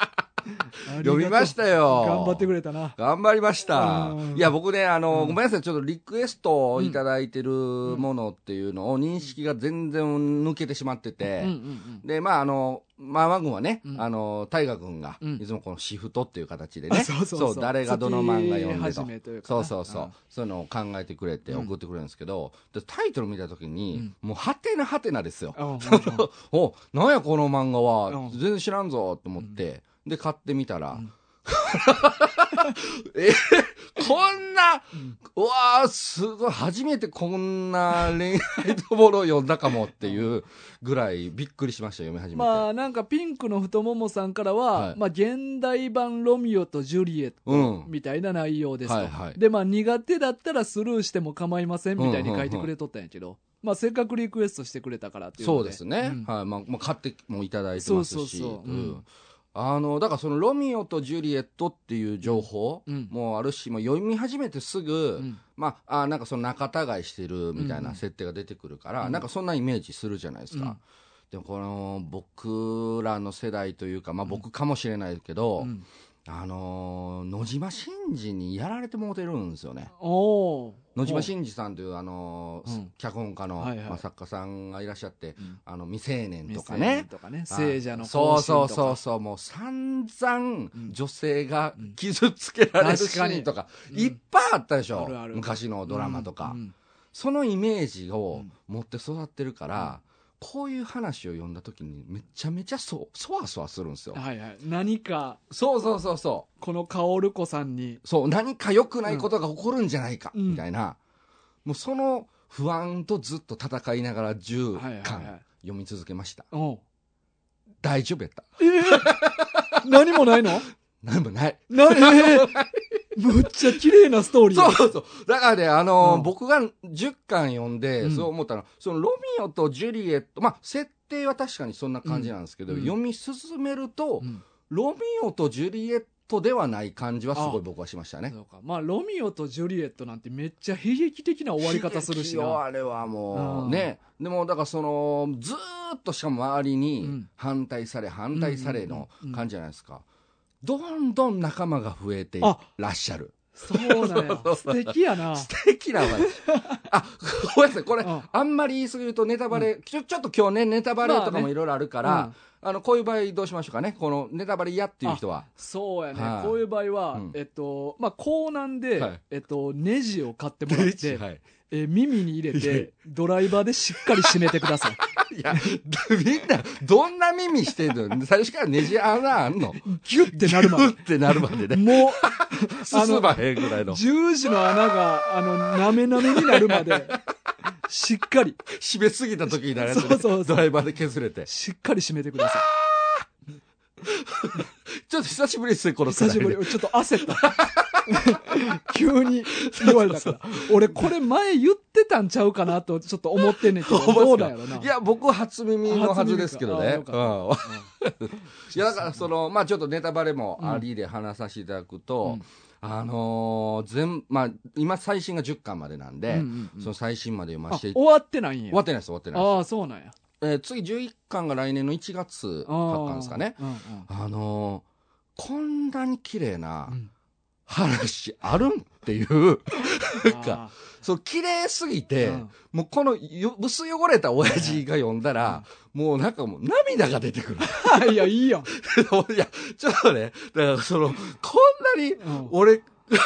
読みましたよ。頑張ってくれたな。頑張りましたうん。いや、僕ね、あうの、んごめんなさい、ちょっとリクエストをいただいてるものっていうのを認識が全然抜けてしまってうんてう、んで、まあ、あの、まあ、マ軍はね、うんあの、大河君が、うんいつもこのシフトっていう形でうん。ね、そうそうそう。誰がどの漫画読ん月で始と。めというかそなうそうそう、そういうのを考えてくれてうん送ってくれるんですけど、でタイトル見た時に、もうハテナハテナですよ。うんあほ んまお、なんやこの漫画うはん、全然知らんぞと思って、で、買ってみたら、うん えこんな、うんうわー、すごい、初めてこんな恋愛とものを読んだかもっていうぐらいびっくりしました、読み始めて。まあなんかピンクの太ももさんからは、はいまあ現代版ロミオとジュリエットうん。みたいな内容ですと、はいはいでまあ苦手だったらスルーしても構いませんみたいに書いてくれとったんやけど、まあせっかくリクエストしてくれたからっていうのそうですね。うんはい。まあ、まあ、買ってもいただいてますし。そうそうそううんんあの、だからそのロミオとジュリエットっていう情報うんもあるし、もう読み始めてすぐ、うんまあ、あなんかその仲違いしてるみたいうんな設定が出てくるから、うんなんかそんなイメージするじゃないですか。うんでもこの僕らの世代というか、まあ僕かもしれないけど、うんあのー野島伸二にやられてもうてるんですよね。おー野島伸二さんという、あのーうん脚本家の、はいはいまあ、作家さんがいらっしゃって、うんあの未成年とか未成年ね。とかね聖者の行そ進とうそかうそうそう、もう散々ん女性が傷つけられるシーンとか、うんいっぱいあったでしょ、あるある昔のドラマとか、うんうんそのイメージを持って育ってるから、こういう話を読んだ時にめちゃめちゃそそわそわするんですよ。はいはい、何かそうそうそうそう。この薫子さんにそう、何か良くないことが起こるんじゃないか、うんみたいな、もうその不安とずっと戦いながらはいはい10はい巻読み続けました。おう 大丈夫やった。えー何もないのなんもない。な、えー、むっちゃ綺麗なストーリーそや。うそう。だからね、あのーうん僕が10巻読んで、うんそう思ったのは、そのロミオとジュリエット、まあ、設定は確かにそんな感じなんですけど、うん読み進めると、うんロミオとジュリエットではない感じはすごい僕はしましたね。そうか。まあ、ロミオとジュリエットなんてめっちゃ悲劇的な終わり方するし悲劇よな。あれはもう、うんね。でも、だからその、ずーっとしかも周りうにん反対され、反対されの感じじゃないですか。どんどん仲間が増えていあらっしゃる。そうなんや。素敵やな。 素敵な話。あ、ごめんなさい、これ、うんあんまり言い過ぎるとネタバレ、ちょ、ちょっと今日ね、ネタバレとまかあもねいろいろあるから、うんあの、こういう場合どうしましょうかね。このネタバレ嫌っていう人は。そうやね、はいこういう場合は、うんえっと、まあ、港南で、はいえっと、ネジを買ってもらって、はい。えー耳に入れいやいやて、ドライバーでしっかり締めてください。いや、 みんな、どんな耳してんの最初からネジ穴あんのギュッてなるまうっで。てなるまでね。もあの、進まへんぐらいう の。十字の穴が、あの、なめなめになるまで、しっかり、締めすぎた時になるやつねそうそうそうドライバーで削れて。しっかり締めてください。ちょっと久しぶりですね、この久世代しでぶり、ちょっと焦った。 急に言われたから。俺、これ前言ってたんちゃうかなと、ちょっと思ってんねん けど、どうだやろな。いや、僕は初耳のはずですけど初ね耳。うかあん。いや、だから、その、まあ、ちょっとネタバレもありで話させていただくと、あのー全、まあ、今最新が10巻までなんうで、んうんうんその最新まで読まあせてい終終わってないんやわ。ってないです、終わってないでああ、そうなんや。す。えー次11巻が来年の1月あだったんですかね。あうんうんあのーこんなに綺麗なうん話あるんっていう、 なんかあそう、綺麗すぎーて、うんもうこのよ薄汚れた親父が読んだら、もうなんかもう涙が出て くる。いや、いいやん。いや、ちょっとね、だからその、こんなに、うん俺、 こんな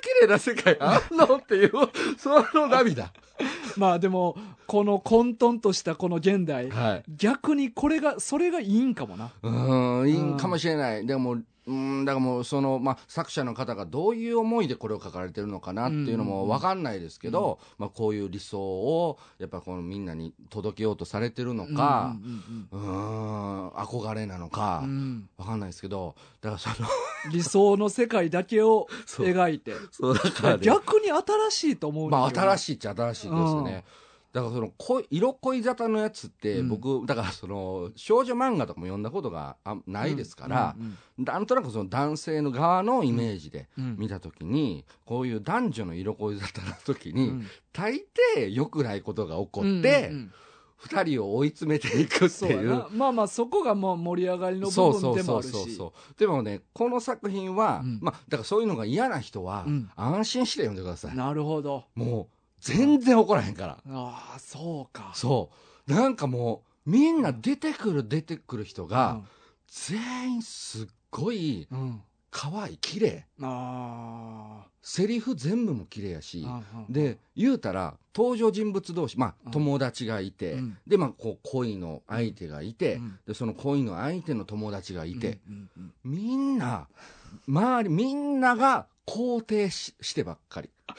綺麗な世界あんのっていう、その涙。まあでも、この混沌としたこの現代、はい。逆にこれが、それがいいんかもな。うーん、いいんかもしれない。でも、うーん、だからもう、その、まあ、作者の方がどういう思いでこれを書かれてるのかなっていうのうんうんうもんわかんないですけど、まあ、こういう理想を、やっぱこのみんなに届けようとされてるのか、うんうーん、憧れなのうんうかんう、んわかんないですけど、だからその、 理想の世界だけをそう描いて。そう、だからね逆に新しいと思うまあ新い。しいっちゃ新しいですね。だからその濃い色恋沙汰のやつってうん僕、だからその少女漫画とかも読んだことがあないですから、うんなんとなくその男性の側のイメージでうんうん見た時に、こういう男女の色恋沙汰の時うに、ん大抵良くないことが起こってうんうんうん二、人を追い詰めていくってそうやいうな。まあまあそこがまあ盛り上がりのそ部う分そうでもそあうるそうしそ。うでもねこの作品は、うんまあだからそういうのが嫌な人は、うん安心して読んでくださいなるほど。もう全然怒らへんからああ、そうか。そう。なんかもう、みんな出てくる出てくる人が、全員すっごいうん。うん。可愛い、綺麗。あセリフ全部も綺麗やし、あ。で、で、言うたら、登場人物同士、まうあ、ん友達がいて、うんで、まあ、こう、恋の相手がいて、うんで、その恋の相手の友達がいて、うんうんみんな、周り、みんなが肯定ししてばっか り。だ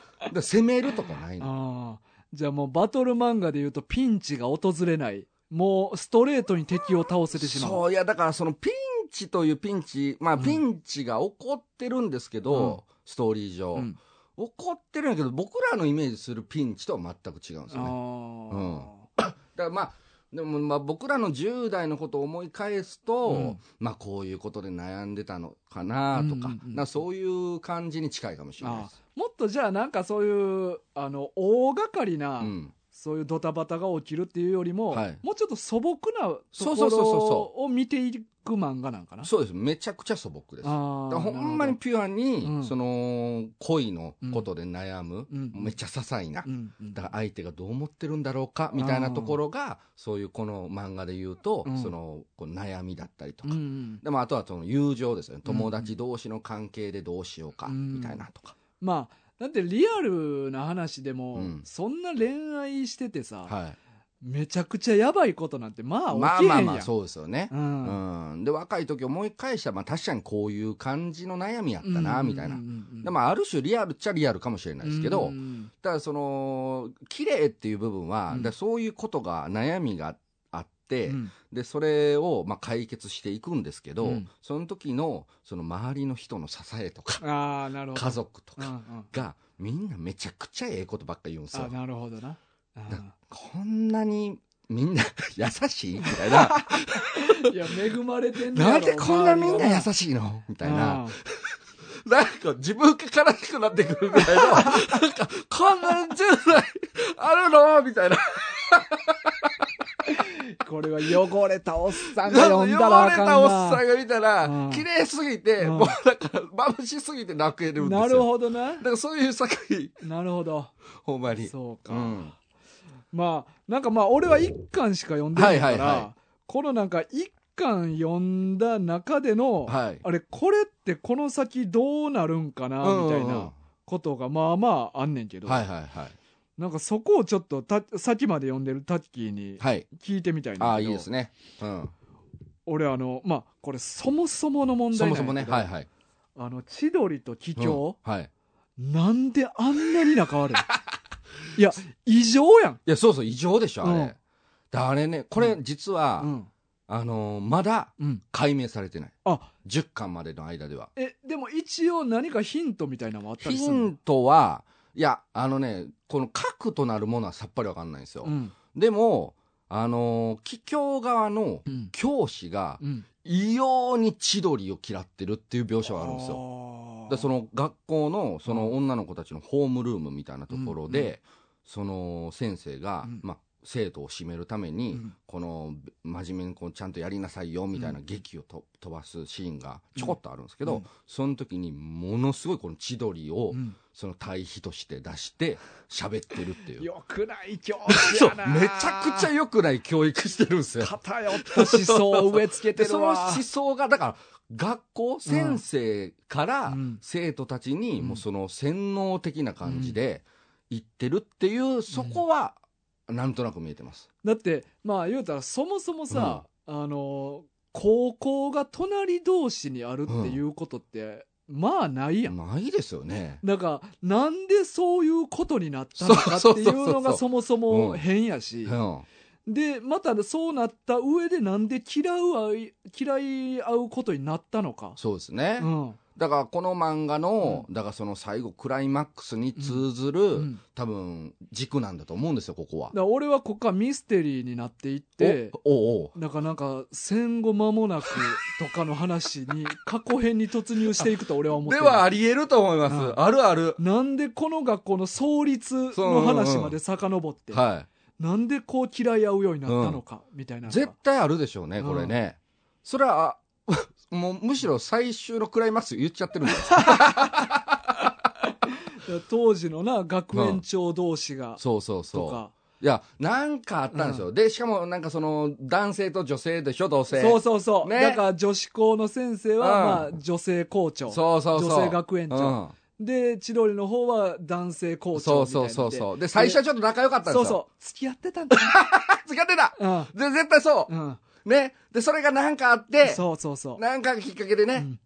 から責めるとこないうんの。ああ。じゃあもうバトル漫画で言うとピンチが訪れない。もうストレートに敵を倒せてしまう。そういやだからそのピンチというピンチまあうんピンチが起こってるんですけど、うんストーリー上、うん起こってるんやけど僕らのイメージするピンチとは全く違うんですよねああ。だからまあでもまあ僕らの10代のことを思い返すと、うんまあこういうことで悩んでたのかなとか,、うんうんうんなんかそういう感じに近いかもしれないああです。もっとじゃあなんかそういう、あの、大掛かりな、うんそういうドタバタが起きるっていうよりも、はいもうちょっと素朴なとそこうそうそうそうろを見ていく漫画なんかな。そうですめちゃくちゃ素朴です。あだーからほんまに、ピュアに、うんその恋のことで悩む、うんめっちゃ些細ななるほどうんうんだから相手がどう思ってるんだろうかみたいなところがそういうこの漫画で言うと、うんそのこう悩みだったりとうんか、うんでもあとはその友情ですよねうん友達同士の関係でどうしようかうんみたいなとか、まあ、だってリアルな話でも、うんそんな恋愛しててさ、はいめちゃくちゃやばいことなんて、ままああ起きへんやん。まあまあそうですよねう、。うんんで若い時思い返したら、まあ、確かにこういう感じの悩みやったなみたいな、うんうんうんうんでまあ、ある種リアルっちゃリアルかもしれないですけうんど、うんだからその綺麗っていう部分は、うんだからそういうことが悩みがあっって、うんでそれをまあ解決していくんですけど、うんその時のその周りの人の支えとかああなるほど家族とうんうかんがみんなめちゃくちゃええことばっか言うんですあよ。なるほどなあこんなにみんな 優しいみたいな。ーいや恵まれてんねやなろんでこんなみんな優みしいのみたいな。なんか自分が悲しくなってくるぐらいの、なんかこんな10代あるのみたいな。これは汚れたおっさんが汚呼んれだらあかんなたおっさんが見たうらん、綺麗すぎて、うんもうなんか眩しすぎて泣けるんですよ。なるほどなだからそういう作品、なるほどほんまに。そうか、うんまあなんかまあ俺は一巻しか読んでないから、はいはいはこのなんか一巻読んだ中での、はい。あれこれってこの先どうなるんかなうんみうたんういんなことがまあまああんねんけど、はいはいはい。なんかそこをちょっとた先まで読んでるタッキーにはい。聞いてみたいねんだけどああ、いいですね。うん。俺あのまあこれそもそもの問そ題なんもやけそどもね、はいはい。あの千鳥と桔梗、うんはい。なんであんなに仲 悪いいや異常やん、いや、そうそう、異常でしょ、あうれ。んだあれね、これ実は、うんあのーまだうん、解明されてない。あ10巻までの間では。えでも一応何かヒントみたいなのもあったりすヒるのントは、いや、あのね、この核となるものはさっぱりわかんないんですよ。うんでも、あのー、桔梗側のうん教師がうん異様に千鳥を嫌ってるっていう描写があるんですよ。よでそのの学校のその女の子たちのホームルームみたいなところで、うんうその先生が、うんまあ、生徒を締めるために、うんこの真面目にこうちゃんとやりなさいよみたいな劇をと飛ばすシーンがちょこっとあるんですけうど、んその時にものすごいこの千鳥をうんその対比として出して喋ってるっていう。よくない教師そうやなめちゃくちゃ良くない教育してるんですよ。偏った思想を植え付けてでるそのわ思想がだから学校先生からうん生徒たちにうんもうその洗脳的な感じで言ってるっていうそこはなんとなく見えてます。だってまあ言うたらそもそもさ、あの高校が隣同士にあるっていうことって、まあないやん、ないですよね。だからなんでそういうことになったのかっていうのがそそもそも変やし、うん、でまたそうなった上でなんで嫌う愛嫌い合うことになったのか、そうですね、うんだからこの漫画の、うだからその最後クライマックスに通ずる、うん、だか多分軸なんだと思うんですよここは。ら俺はここからミステリーになっていっておおうおうだからなんか戦後間もなくとかの話に過去編に突入していくと俺は思って でるはありえると思います。うんあるある。なんでこの学校の創立の話まで遡って、はい。なんでこう嫌い合うようになったのか、みたいなのが絶対あるでしょうね、これね。それは、 あもうむしろ最終のクライマックス言っちゃってるんですかだから当時のな学園長同士がそうそうとそか、う。いや、なんかあったんですよ。で、しかもなんかその、男性と女性でしょ、どうせ。そうそうそう、ねだから女子校の先生は、うんまあ、女性校長そうそうそう女性学園長、うで千鳥の方は男性校ん。長そうみたいそうなそううそう。で、最初はちょっと仲良かったんそでうすよ。そう付き合ってたんだあ、付き合ってたなで、絶対そうん、うん、 う。ね。で、それがなんかあって、そうそうそうなんかがきっかけでうね、ん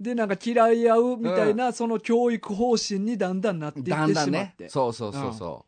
でなんか嫌い合うみたいな、その教育方針にだんだんなっていってしまだっんてだんね。そうそうそうそ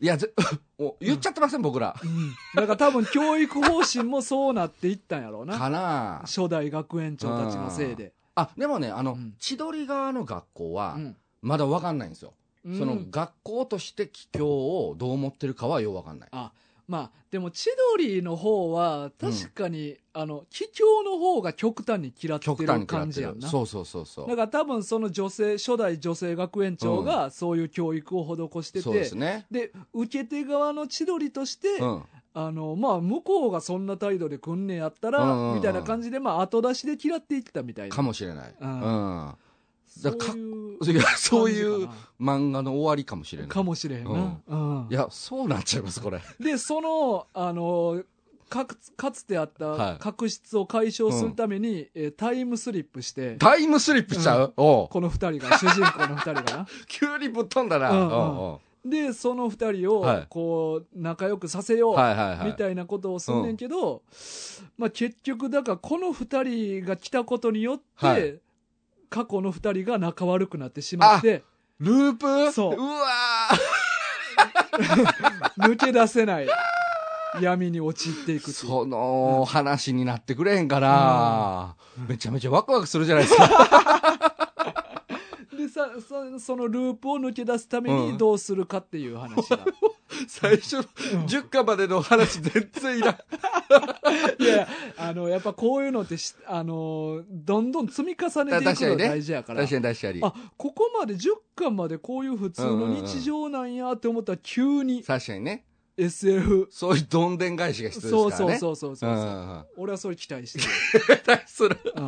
う。いや、 ぜもう言っちゃってません、僕ら。うんだから多分教育方針もそうなっていったんや ろうなかなあ初代学園長たちのせいで、あ、でもね、あの、うん千鳥側の学校は、うんまだ分かんないんですよ、そうのん学校として桔梗をどう思ってるかはよう分かんないあまあでも千鳥の方は確かに、あの桔梗の方が極端に嫌って極る端に嫌っ感てじやるんなそうそうそうそうだから多分その女性初代女性学園長がそういう教育を施してて、そうですねで受け手側の千鳥として、うんあのまあ、向こうがそんな態度で来んねやったら、うんうんうんみたいな感じで、まあ、後出しで嫌っていったみたいなかもしれない、ううんんそうだかいらういやそういう感じか漫画の終わりかもしれなないかもしれへんな、うんいやそうなっちゃいますこれでそのあのかつかつてあっはたい確執を解消するために、えータイムスリップしてタイムスリップしちゃう、おうこの二人が主人公の二人が な急にぶっ飛んだな、うんうんおうでその二人を、はいこう仲良くさせよおう、うはいはいはいみたいなことをすんねんけど、まあ、結局だからこの2人が来たことによって、はい過去の2人が仲悪くなってしまってループそううわ抜け出せない闇に陥っていくっていうその話になってくれへんから、めちゃめちゃワクワクするじゃないですか。でさそそのループを抜け出すためうにんどうするかっていう話 だ、最初、10巻までの話全然いらん。いやあのやっぱこういうのってしあのどんどん積み重ねてい確くかのがにね大事やから確かに確かに。あここまで10巻までこういう普通の日常なんやって思ったら急に確かにね。 SF そういうどんでん返しが必そ要うですそからうね。そうそうそう、うん俺はそれ期待してる、期待する。うん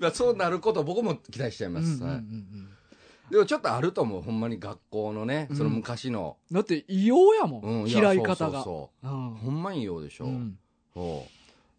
まあ そうなること僕も期待しちゃいます。うんうんうんうはいんでもちょっとあると思う。ほんまに学校のね、そのうん昔の。だって異様やもん、うんや嫌い方そがうそううそうんほんまにようでしょ。うんそ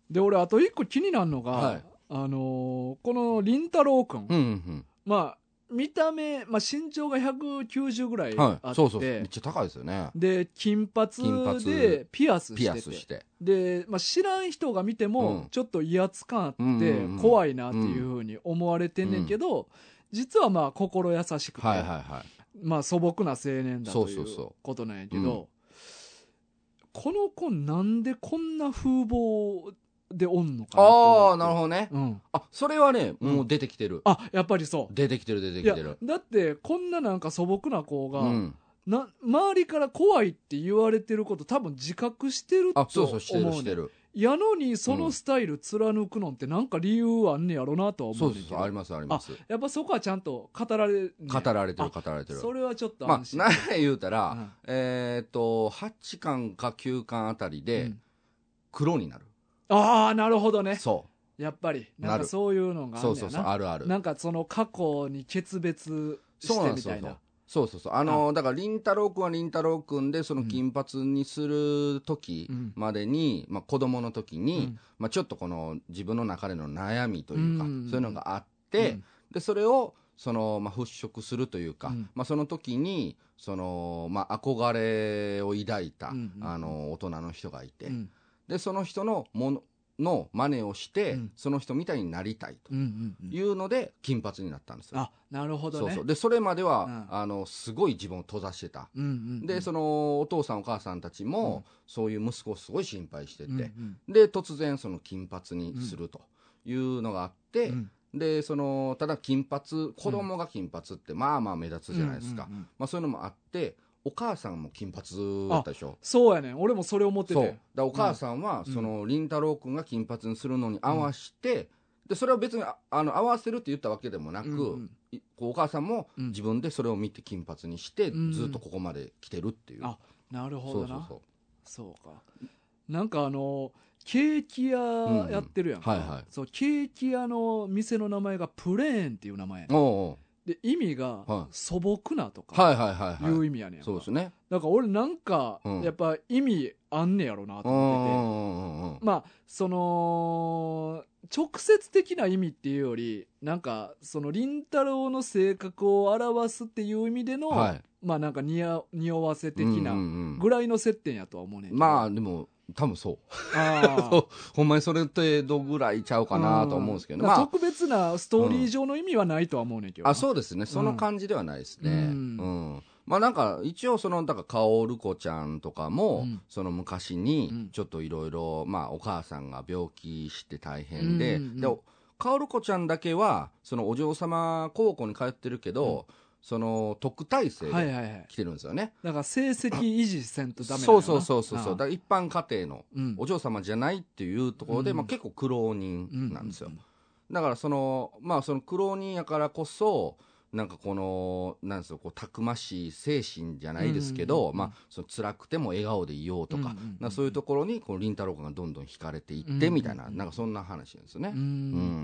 で俺あと一個気になるのが、はいあのーこの凛太郎くん、う。うんうんまあ見た目、まあ、身長が190ぐらいうん。あっはて、い。そうそう。めっちゃ高いですよね。で金金髪髪でピアスしててピアスして。で、まあ、知らん人が見てうもんちょっと威圧感あってうんうんうん怖いなっていうふうに思われてんねんけど、実はまあ心優しくて、はいはいはい。まあ、素朴な青年だといそううそうそうことなんやけどこの子なんでこんな風貌でおんのかって思あってあ、なるほどね。うん、あ、それはね、うんもう出てきてる。あやっぱりそう出てきてる、出ていきやてる。だってこんななんか素朴な子が、うん。な周りから怖いって言われてること多分自覚してるとあ、思う,、ね、そうそう、してる、してる。やのにそのスタイル貫くのってなんか理由あんねやろなとは思そううねんそうけどそう、あります、あります。やっぱそこはちゃんと語られる、ね、語られてある、語られてる。それはちょっとま安心、あ、なんや言うたら、うんえっ、と、8巻か9巻あたりうでん黒になる。ああなるほどねそやっぱりなるなんかそういうのう。があんねやなそうそうそう、あるある。なんかその過去に決別しそうてなんみですたよいな。そうそうそう。あのーだから、凛太郎くんは凛太郎くんで、その金髪にする時うんまでに、まあ子供の時に、うんまあちょっとこの自分の中での悩みというか、うんそういうのがあって、うんで、それを、その、まあ払拭するというか、うんまあその時に、その、まあ憧れを抱いた、うんあの、大人の人がいて、うんで、その人のもの、の真似をして、うんその人みたいになりたいとうんうんうんいうので、金髪になったんですよ。あなるほどねそうそう。で、それまでは、うんあの、すごい自分を閉ざしてた。うんうんで、そのの、お父さんお母さんたちうもん、そういう息子をすごい心配してて、うんうんで、突然、その、金髪にするというのがあって、うんで、その、ただ金髪、子供が金髪って、まあまあ目立つじゃないですか。うんうんうんまあそういうのもあって、お母さんも金髪だったでしょ。そうやねん俺もそれ思ってそう。だてからお母さんは、うんその、凛太郎くんが金髪にするのに合わして、で、それは別に、ああの、合わせるって言ったわけでもなく、うんうんいこうお母さんもうん自分でそれを見て金髪にして、うんずっとここまで来てるっていう。あなるほそどうなそうそう。そうか。なんかあの、ケーキ屋やってるやんか。うんうんはいはいそう、ケーキ屋の店の名前がプレーンっていう名前。おうで、意味がはい素朴なとおうかはいはいはいいはうい。意味やねんか。そうですね。だから俺なんかうん、やっぱ意味あんねやろなとうん思ってて。うんうんうんまあ、その、直接的な意味っていうより、なんか、その、凛太郎の性格を表すっていう意味での、はい。まあなんかにや、匂わせ的うんなうんうんぐらいの接点やとは思うねんけど。まあでも、多分そう。あー そう。ほんまにそれ程度ぐらいちゃうかなとは思うんですけどね。だからま特別なストーリー上の意味はないとは思うねんけどな、あ、あ、そうですね。その感じではないですね。ううんん。まあなんか、一応その、だから、かおるこちゃんとかも、うんその昔うにん、ちょっといろいろ、まあお母さんが病気して大変で、うんうんうんで、かおるこちゃんだけは、そのお嬢様高校に通ってるけど、その、特待生はいではいはい来てるんですよね。だから成績維持せんとダメなんやそなうそうそうそうそう。だあかあら一般家庭のうんお嬢様じゃないっていうところで、うんまあ結構苦労人なんですよ。だからその、まあその苦労人やからこそ、なんかこの、なんですよ、こう、たくましい精神じゃないですうんけうんど、うんまあ、その辛くても笑顔でいようとか、うんうんうんなんかそういうところに、この凛太郎君がどんどん惹かれていうんうんっうて、んみたいな、なんかそんな話なんですようねん、。うん。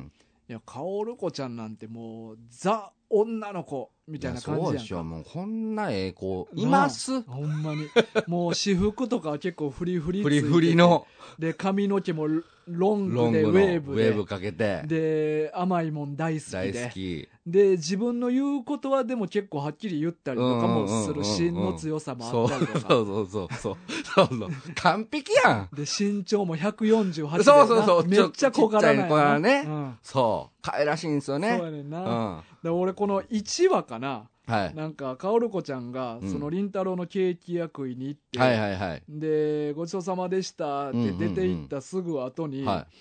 いや薫子ちゃんなんてもうザ女の子みたいな感じややそんうかでしょ、もうこんなええ子、いますほんまにもう私服とか結構フリフリついフてリてフリので髪の毛もロンログンでグウのウェェーブでーブかけて、で甘いもん大好き大で好き。で自分の言うことはでも結構はっきり言ったりとかもする芯の強さもあっそうたそりうとかそうそうそうそうそう完璧やんで、身長も148で。そうそうそうめっちゃ小柄なんやなちっちゃい小柄ねうんそう可愛らしいんですよそうやねねんうな。んで俺この1話かな。はいなんか薫子ちゃんがうんその凛太郎のケーキ屋食いに行って、はいはいはいでごちそうさまでしたって出て行ったすぐ後に、はい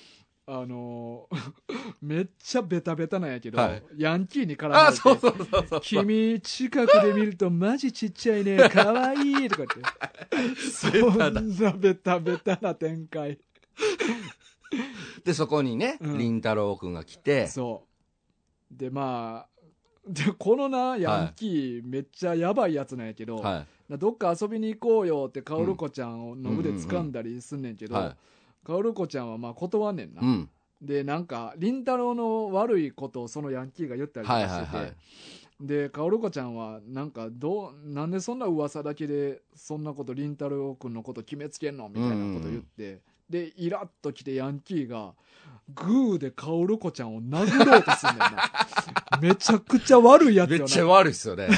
あのー めっちゃベタベタなんやけど、はいヤンキーに絡まあれてそうそうそうそう君近くで見るとマジちっちゃい ねかわいいとか言ってそんなベタベタな展開でそこにねうん凛太郎くんが来てそうでまあでこのなヤンキーめっちゃやばいやつなんやけど、はなどっか遊びに行こうよって薫子ちゃんの腕掴んだりすんねんけいど、は薫子ちゃんはまあ断んねんいな、うんでなんか凛太郎の悪いことをそのヤンキーが言ったりとかはしいてて、はいはいで薫子ちゃんはなんかどうなんでそんな噂だけでそんなこと凛太郎くんのこと決めつけんのみたいなこと言って、でイラッときてヤンキーがグーで薫子ちゃんを殴ろうとすんねん なめちゃくちゃ悪いやつめよっなちゃ悪いっす よね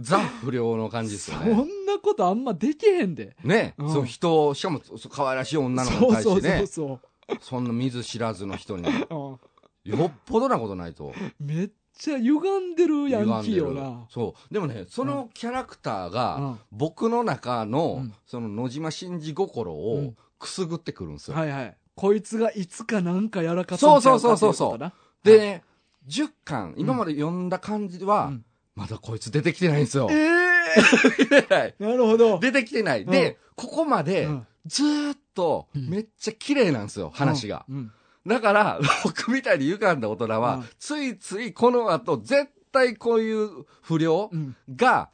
ザ不良の感じっすよそねんなことあんまできへんでねうんそう人をしかもそう可愛らしい女の子に対してそねうそうそんな見ず知らずの人にそうそう、よっぽどなことないとうんめっちゃ歪んでるヤ歪ンんキでーよるなそうでもねそのキャラクターが、うん僕の中の、うんその野島真司心うをんくすぐってくるんですよ、はいはい。こいつがいつかなんかやらかすそんうちゃそううかっていそうそううこそうとな。でね、10巻今まで読んだ感じは、うんまだこいつ出てきてないんですよええ出てないなるほど。 出てきてない、うんでここまでうんずーっとうんめっちゃ綺麗なんですよ、話が、うんだから 僕みたいに歪んだ大人は、うんついついこの後絶対こういう不良うんが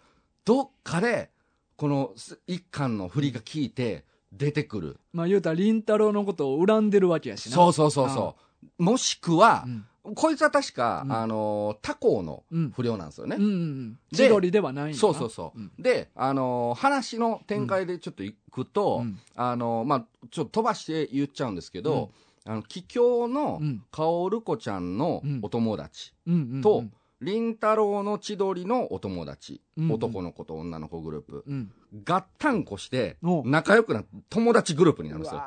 どっかでこの一巻の振りが効いて出てくるまあ言うたら、凛太郎のことを恨んでるわけやしな。そうそうそうそう。もしくはう、ん。こいつは確か、うんあのー、他校のうん。不良なんですよね。うんうん。で千鳥ではないんやなそうそうそう。うんで、あのー話の展開でちょっと行くと、うんあのーまあ、ちょっと飛ばして言っちゃうんですけど、あの、桔梗のうん薫子ちゃんのお友達、うんうんうん。と凛太郎の千鳥のお友達、うん男の子と女の子グループ、うん。合ンコして、お仲良くなって友達グループになるんですよ。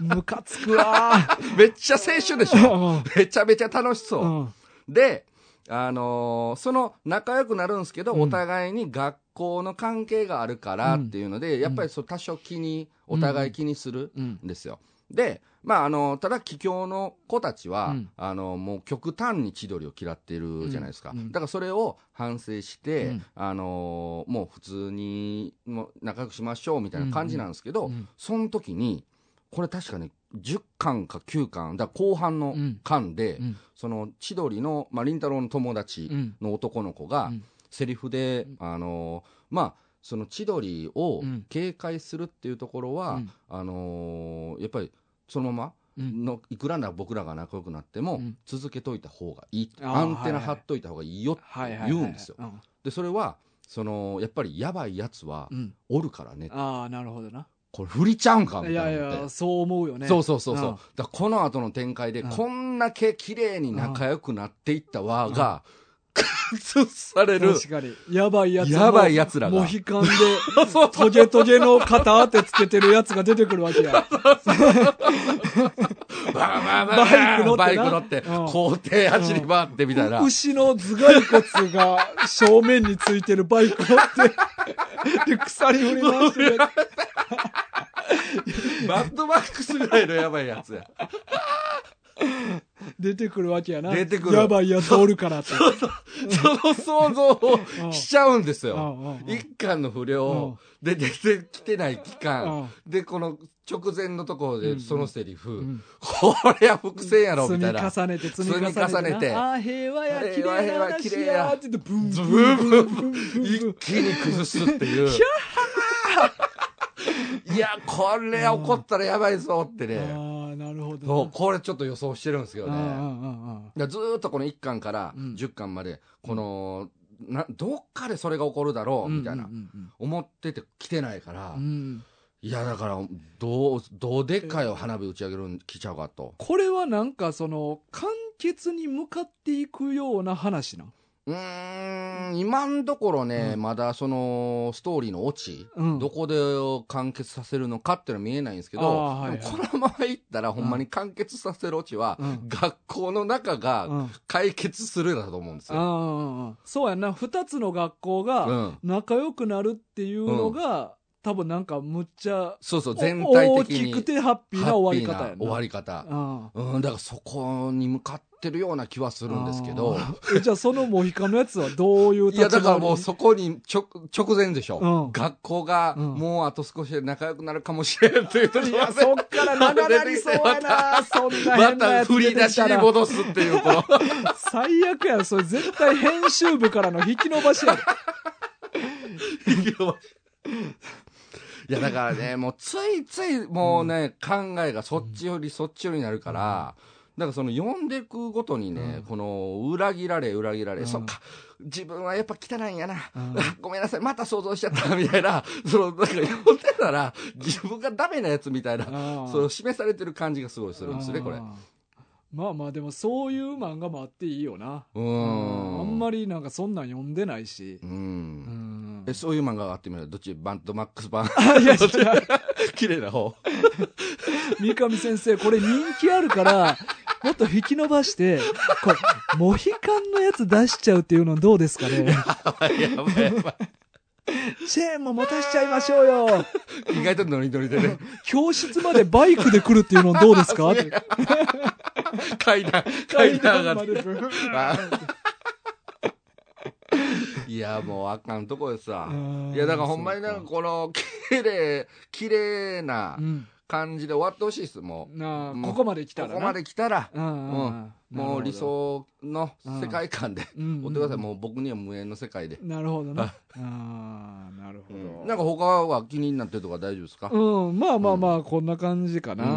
むかつくわめっちゃ青春で しょーめちゃめちゃ楽しそう。うんで、あのーその仲良くなるんですけど、うんお互いに学校の関係があるからっていうので、やっぱりそう多少気に、お互い気にするうん。んですよ。で、まあ、あのただ、桔梗の子たちは、うんあのもう極端に千鳥を嫌ってるじゃないですか。うんうんだからそれを反省して、うんあのーもう普通にもう仲良くしましょうみたいな感じなんですけど、うんその時に、これ確かね、10巻か9巻、だから後半のうん巻で、うんその千鳥の、まあ、凛太郎の友達うんの男の子が、うんセリフで、あのーまあその千鳥をうん警戒するっていうところは、うんあのーやっぱりそのまうまんのいくらな僕らが仲良くなっても、うん続けといた方がいいあーアンテナはいは張いっといた方がいいよってはいはいはい。言うんですよ。う。でそれはそのやっぱりやばいやつはうん。おるからね、ああ、なるほどな。これ振りちゃうんかみたいいやな思いって。や、そう思うよね。そうそうそうそう。うんだからこの後の展開で、うんこんだけ綺麗に仲良くなっていった輪が、 崩される。確かに。やばいやつ。やばい奴らがモヒカンで、トゲトゲの片当てつけてるやつが出てくるわけ や。ババババイク乗ってなバイク乗って、うん校庭走り回ってみたいな。牛の頭蓋骨が正面についてるバイク乗 って、で、鎖振り回してるやバッドマックスぐらいのやばいやつや。つ出てくるわけやな。出てくるやばいやつおるからって。その想像をしちゃうんですうよ。んうんうん一巻の不良、で出てきてない期間、で、この直前のところうでんそのセリフ、んこれは伏線やろ、積みみたいな。重ねて積み重ねてな。積み重ねてああ、平和や、綺平和麗な平和綺話麗やや。って言って、ブンズブンブブンブブンブンブン一気に崩すっていう。 いや、これ怒ったらやばいぞってね。ああ、なるほどな。そう、これちょっと予想してるんですけどうんうね。んうんうんだからずーっとこの1巻からうん10巻まで、この、な、どっかでそれが起こるだろう、みたいなうんう。んうん思ってて来てないからう、んいやだから、どう、どうでっかいを花火打ち上げるん来ちゃうかと。これはなんかその完結に向かっていくような話なんうーん今のところね、うんまだそのストーリーのオチ、うんどこで完結させるのかっていうのは見えないんですけど、あーはいはいでもこのままいったら、ほんまに完結させるオチは、うん学校の中うがん解決するだと思うんですうんうよ。んうんそうやんな2つの学校うがん、仲良くなるっていうのが、多分なんかむっちゃそうそう、お全体大的にきくてハッピーな終わり方やハんッピーな終わり方。うんうん、だからそこに向かってるような気はするんですけど、あーえじゃあそのモヒカンのやつはどういういや、だからにもうそこに直直前でしょ、うん学校がうんもうあと少しで仲良くなるかもしれんっていうといきやは、そっ から流れりそうやなそんなま変なやたつ出振てきりたら出しに戻すっていう、この。最悪やんそれ絶対編集部からの引き伸ばしや で いや、だからね、もうついついもうね、考えがそっちよりそっちよりになるから、だからその読んでいくごとにね、うんこの裏切られ裏切られ、うんそっか、自分はやっぱ汚いんやな。うんあごめんなさい、また想像しちゃった、みたいな、 その、なんか読んでたら、自分がダメなやつみたいな、それを示されてる感じがすごいするんですね、これ。あうーまあまあでもそういう漫画もあっていいよなーん。あんまり。りなんかそんなん読んでないしう。うんんえ、そういう漫画があってみるどっちバンドマックス 版いやいや 綺麗な方。三上先生これ人気あるから もっと引き伸ばしてこうモヒカンのやつ出しちゃうっていうのどうですか ねやばいやばいやばチェーンも持たしちゃいましょうよい。意外とノリノリでね。教室までバイクで来るっていうのどうですか階段、階段が上が って。いや、もうあかんとこでさ。いや、だからほんまになんかこの、綺麗、綺麗なうん感じで終わってほしいです、もう。なあもうここまで来たらこなこまで来たら、うんうんうんもう理想の世界観で、うん追ってください。もう僕には無縁の世界で。なるほどなあーなるほどなんか他は気になってるとか大丈夫ですか、うんまあまあまあこんな感じかなうんう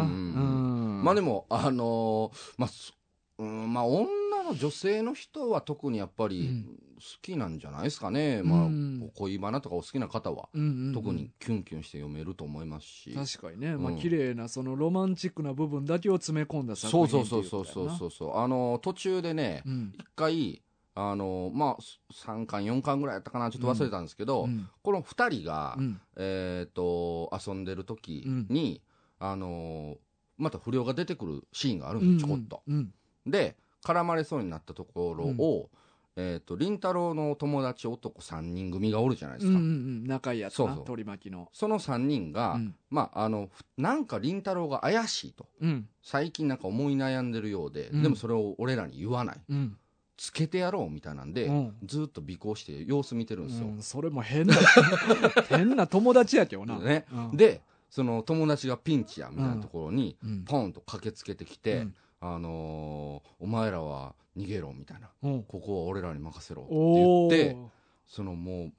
んまあでも、あのーまあ、すうん、まあ女の女性の人は特にやっぱりうん好きなんじゃないですかね。うんまあ、恋バナとかお好きな方は、うんうんうん特にキュンキュンして読めると思いますし。確かにねまあうん綺麗なそのロマンチックな部分だけを詰め込んだ作そ品うそうってそいうそうそううそうそう。あのー途中でね、ん一回、あのーまあ、3巻、4巻ぐらいやったかな、ちょっと忘れたんですけど、うんこの二人が、うんえっ、と、遊んでる時に、あのーまた不良が出てくるシーンがあるんです、ちょこっと。うんで、絡まれそうになったところを、えっ、と、りんたろの友達男三人組がおるじゃないでうすんうか。んうん仲いいやつそなうそう取り巻きのその三人が、うんまあ、あの、ふなんかりんたろが怪しいと。うん最近なんか思い悩んでるようで、うんでもそれを俺らに言わない。うんつけてやろうみたいなんで、うんずーっと尾行して様子見てるんですよ。うんそれも変な 変な友達やけどなねうんで、その友達がピンチやみたいなところに、うんポンと駆けつけてきて、うんあのーお前らは逃げろみたいな、うんここは俺らに任せろおって言って、ーそのもう、うん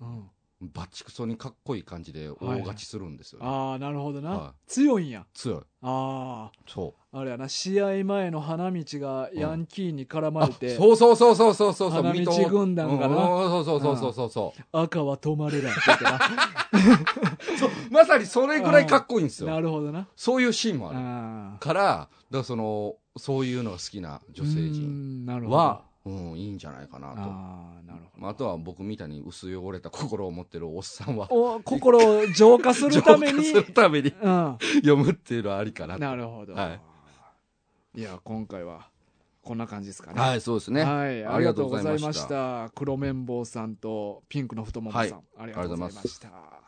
バチクソにかっこいい感じで大勝ちするんですよ、ねああなるほどはな強いんや強い。あそう。ああれやな試合前の花道がヤンキーに絡まれてそうそうそうそうそうそうそう、花水戸道軍団かなうんそうそうそうそうそうそう。赤は止まれないって言ってなそうまさに それぐらいかっこいいんですなよ。るほどなそういうシーンもある。あーから、だからその、そういうのが好きな女性うー陣んなるほどは、うん、いいんじゃないかなと。あーなるほまあ、あとは僕みたいに薄汚れた心を持ってるおっさ んは、どお心を浄化するために浄化するためにうん読むっていうのはありかなとなるほど、、はいや今回はこんな感じですかねはい、そうですね。はい、ありがとうございまありがとうございまし。した黒綿棒さんとピンクの太ももさん、はいありがとうございまありがとうございました。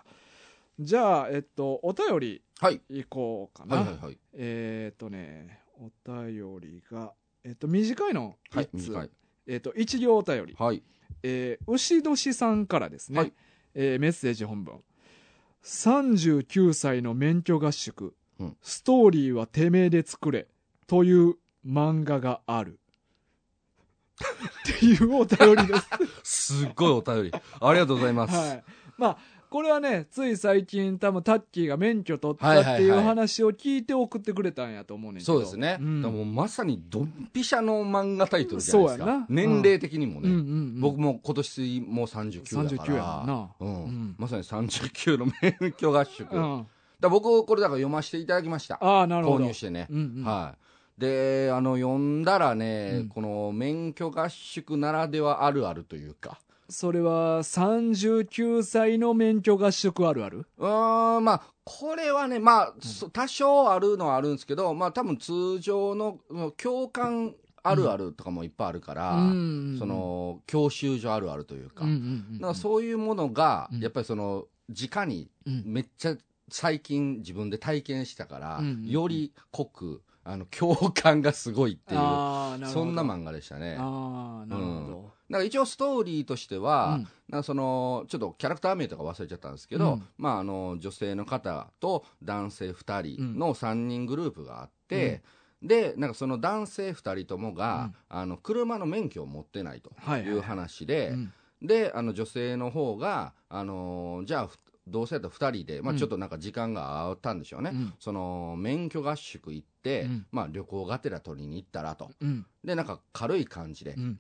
じゃあ、えっと、お便りはい。いこうかな。はいはいはい。えーっとね、お便りが、えっと、短いの、はい、一通短い。えっと、一行お便り。はい。えー、牛年さんからですね、はいえーメッセージ本文39歳の免許合宿、うんストーリーはてめえで作れという漫画があるっていうお便りです、すっごいお便り。ありがとうございます。はい、まあこれはねつい最近多分タッキーが免許取ったっていうはいはいはい話を聞いて送ってくれたんやと思うねんけどそうですね。んでもまさにドンピシャの漫画タイトルじゃないですそうやなか。年齢的にもうんうんね。うん僕も今年もう39だか39やもんら。なううんん、まさに39の免許合宿。うだかん、あら僕、これだから読ませていただきました。あなるほ購ど入してねう。んうんはであの読んだらね、うんこの免許合宿ならではあるあるというかそれは39歳の免許合宿あるあるうーんまあこれはねまあ、そ多少あるのはあるんですけどまあ多分通常のうん教官あるあるとかもいっぱいあるから、うんそ、の教習所あるあるというか,、うんうんうん、なんかそういうものが、うんやっぱりその直にうん、めっちゃ最近自分で体験したから、うんうんうんより濃くあの共感がすごいっていうあーなるほそどんな漫画でしたねだかああなるほど、ら一応ストーリーとしてうは、んなんかそのちょっとキャラクター名とか忘れちゃったんですけど、うんまあ、あの女性の方と男性2人の3人グループがあって、でなんかその男性2人ともが、あの車の免許を持ってないとはいはいいう話で、うんであの女性の方が、あのーじゃあふどうせやったら2人で、まあ、うんちょっとなんか時間が合ったんでしょうね、うんその免許合宿行って、うんまあ、旅行がてら取りに行ったらとうんでなんか軽い感じでうん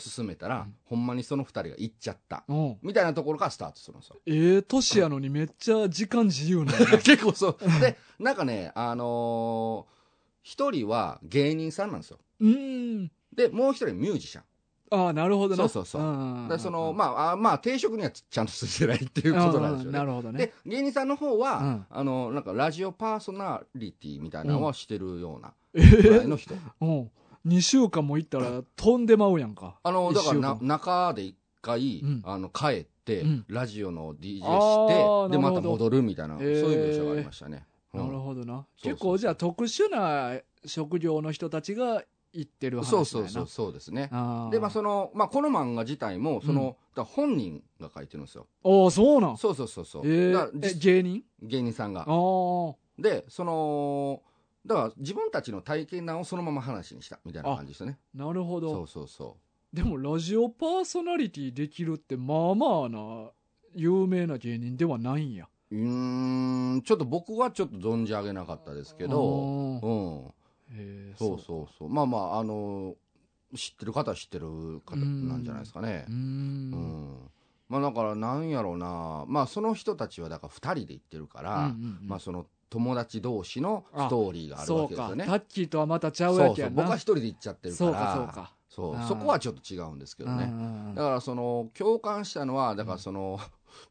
進めたうら、んほんまにその2人が行っちゃった。おうみたいなところからスタートするんですよ。ええ年やのにめっちゃ時間自 由なんや結構そう。で、なんかね、あのー一人は芸人さんなんですよ。うーんで、もう一人ミュージシャン。ああなるほどなそうそうそうだからその、まあ、あまあ、定職にはちゃんとついてないっていあうことなんですよねな。るほどねで芸人さんの方は、うんあのなんかラジオパーソナリティみたいなのはしてるようなえぐらいーの人、うん2週間も行ったら飛んでまうやんかあのだから一週な間中で一回、うんあの帰って、うんラジオの DJ あーしてでなるほまどた戻るみたいなそういう描写がありましたね、うなんるほどなそうそう結構じゃあ特殊な職業の人たちが行ってる話そなうんそうやなそうそうですねあーでまあその、まあ、この漫画自体もその、うんだから本人が書いてるんですよああそうなんそうそうそうそう、えだかーらえじ芸人芸人さんがああでそのだから自分たちの体験談をそのまま話にしたみたいな感じですねなるほどそうそうそうでもラジオパーソナリティできるってまあまあな有名な芸人ではないんやうーんちょっと僕はちょっと存じ上げなかったですけど、あうーん、へーそうそうそう、まあまあ、あの知ってる方は知ってる方なんじゃないですかねうー。うんんまあ、だから、なんやろうな、まあ、その人たちはだから2人で行ってるから、うんうんうんまあ、その友達同士のストーリーがあるそわうけかですタよね。ッキーとはまたちゃそううやそけうや僕はな1人で行っちゃってるかそうからそうかそうあーそこはちょっと違うんですけどね。うんだからその共感したのはだからその、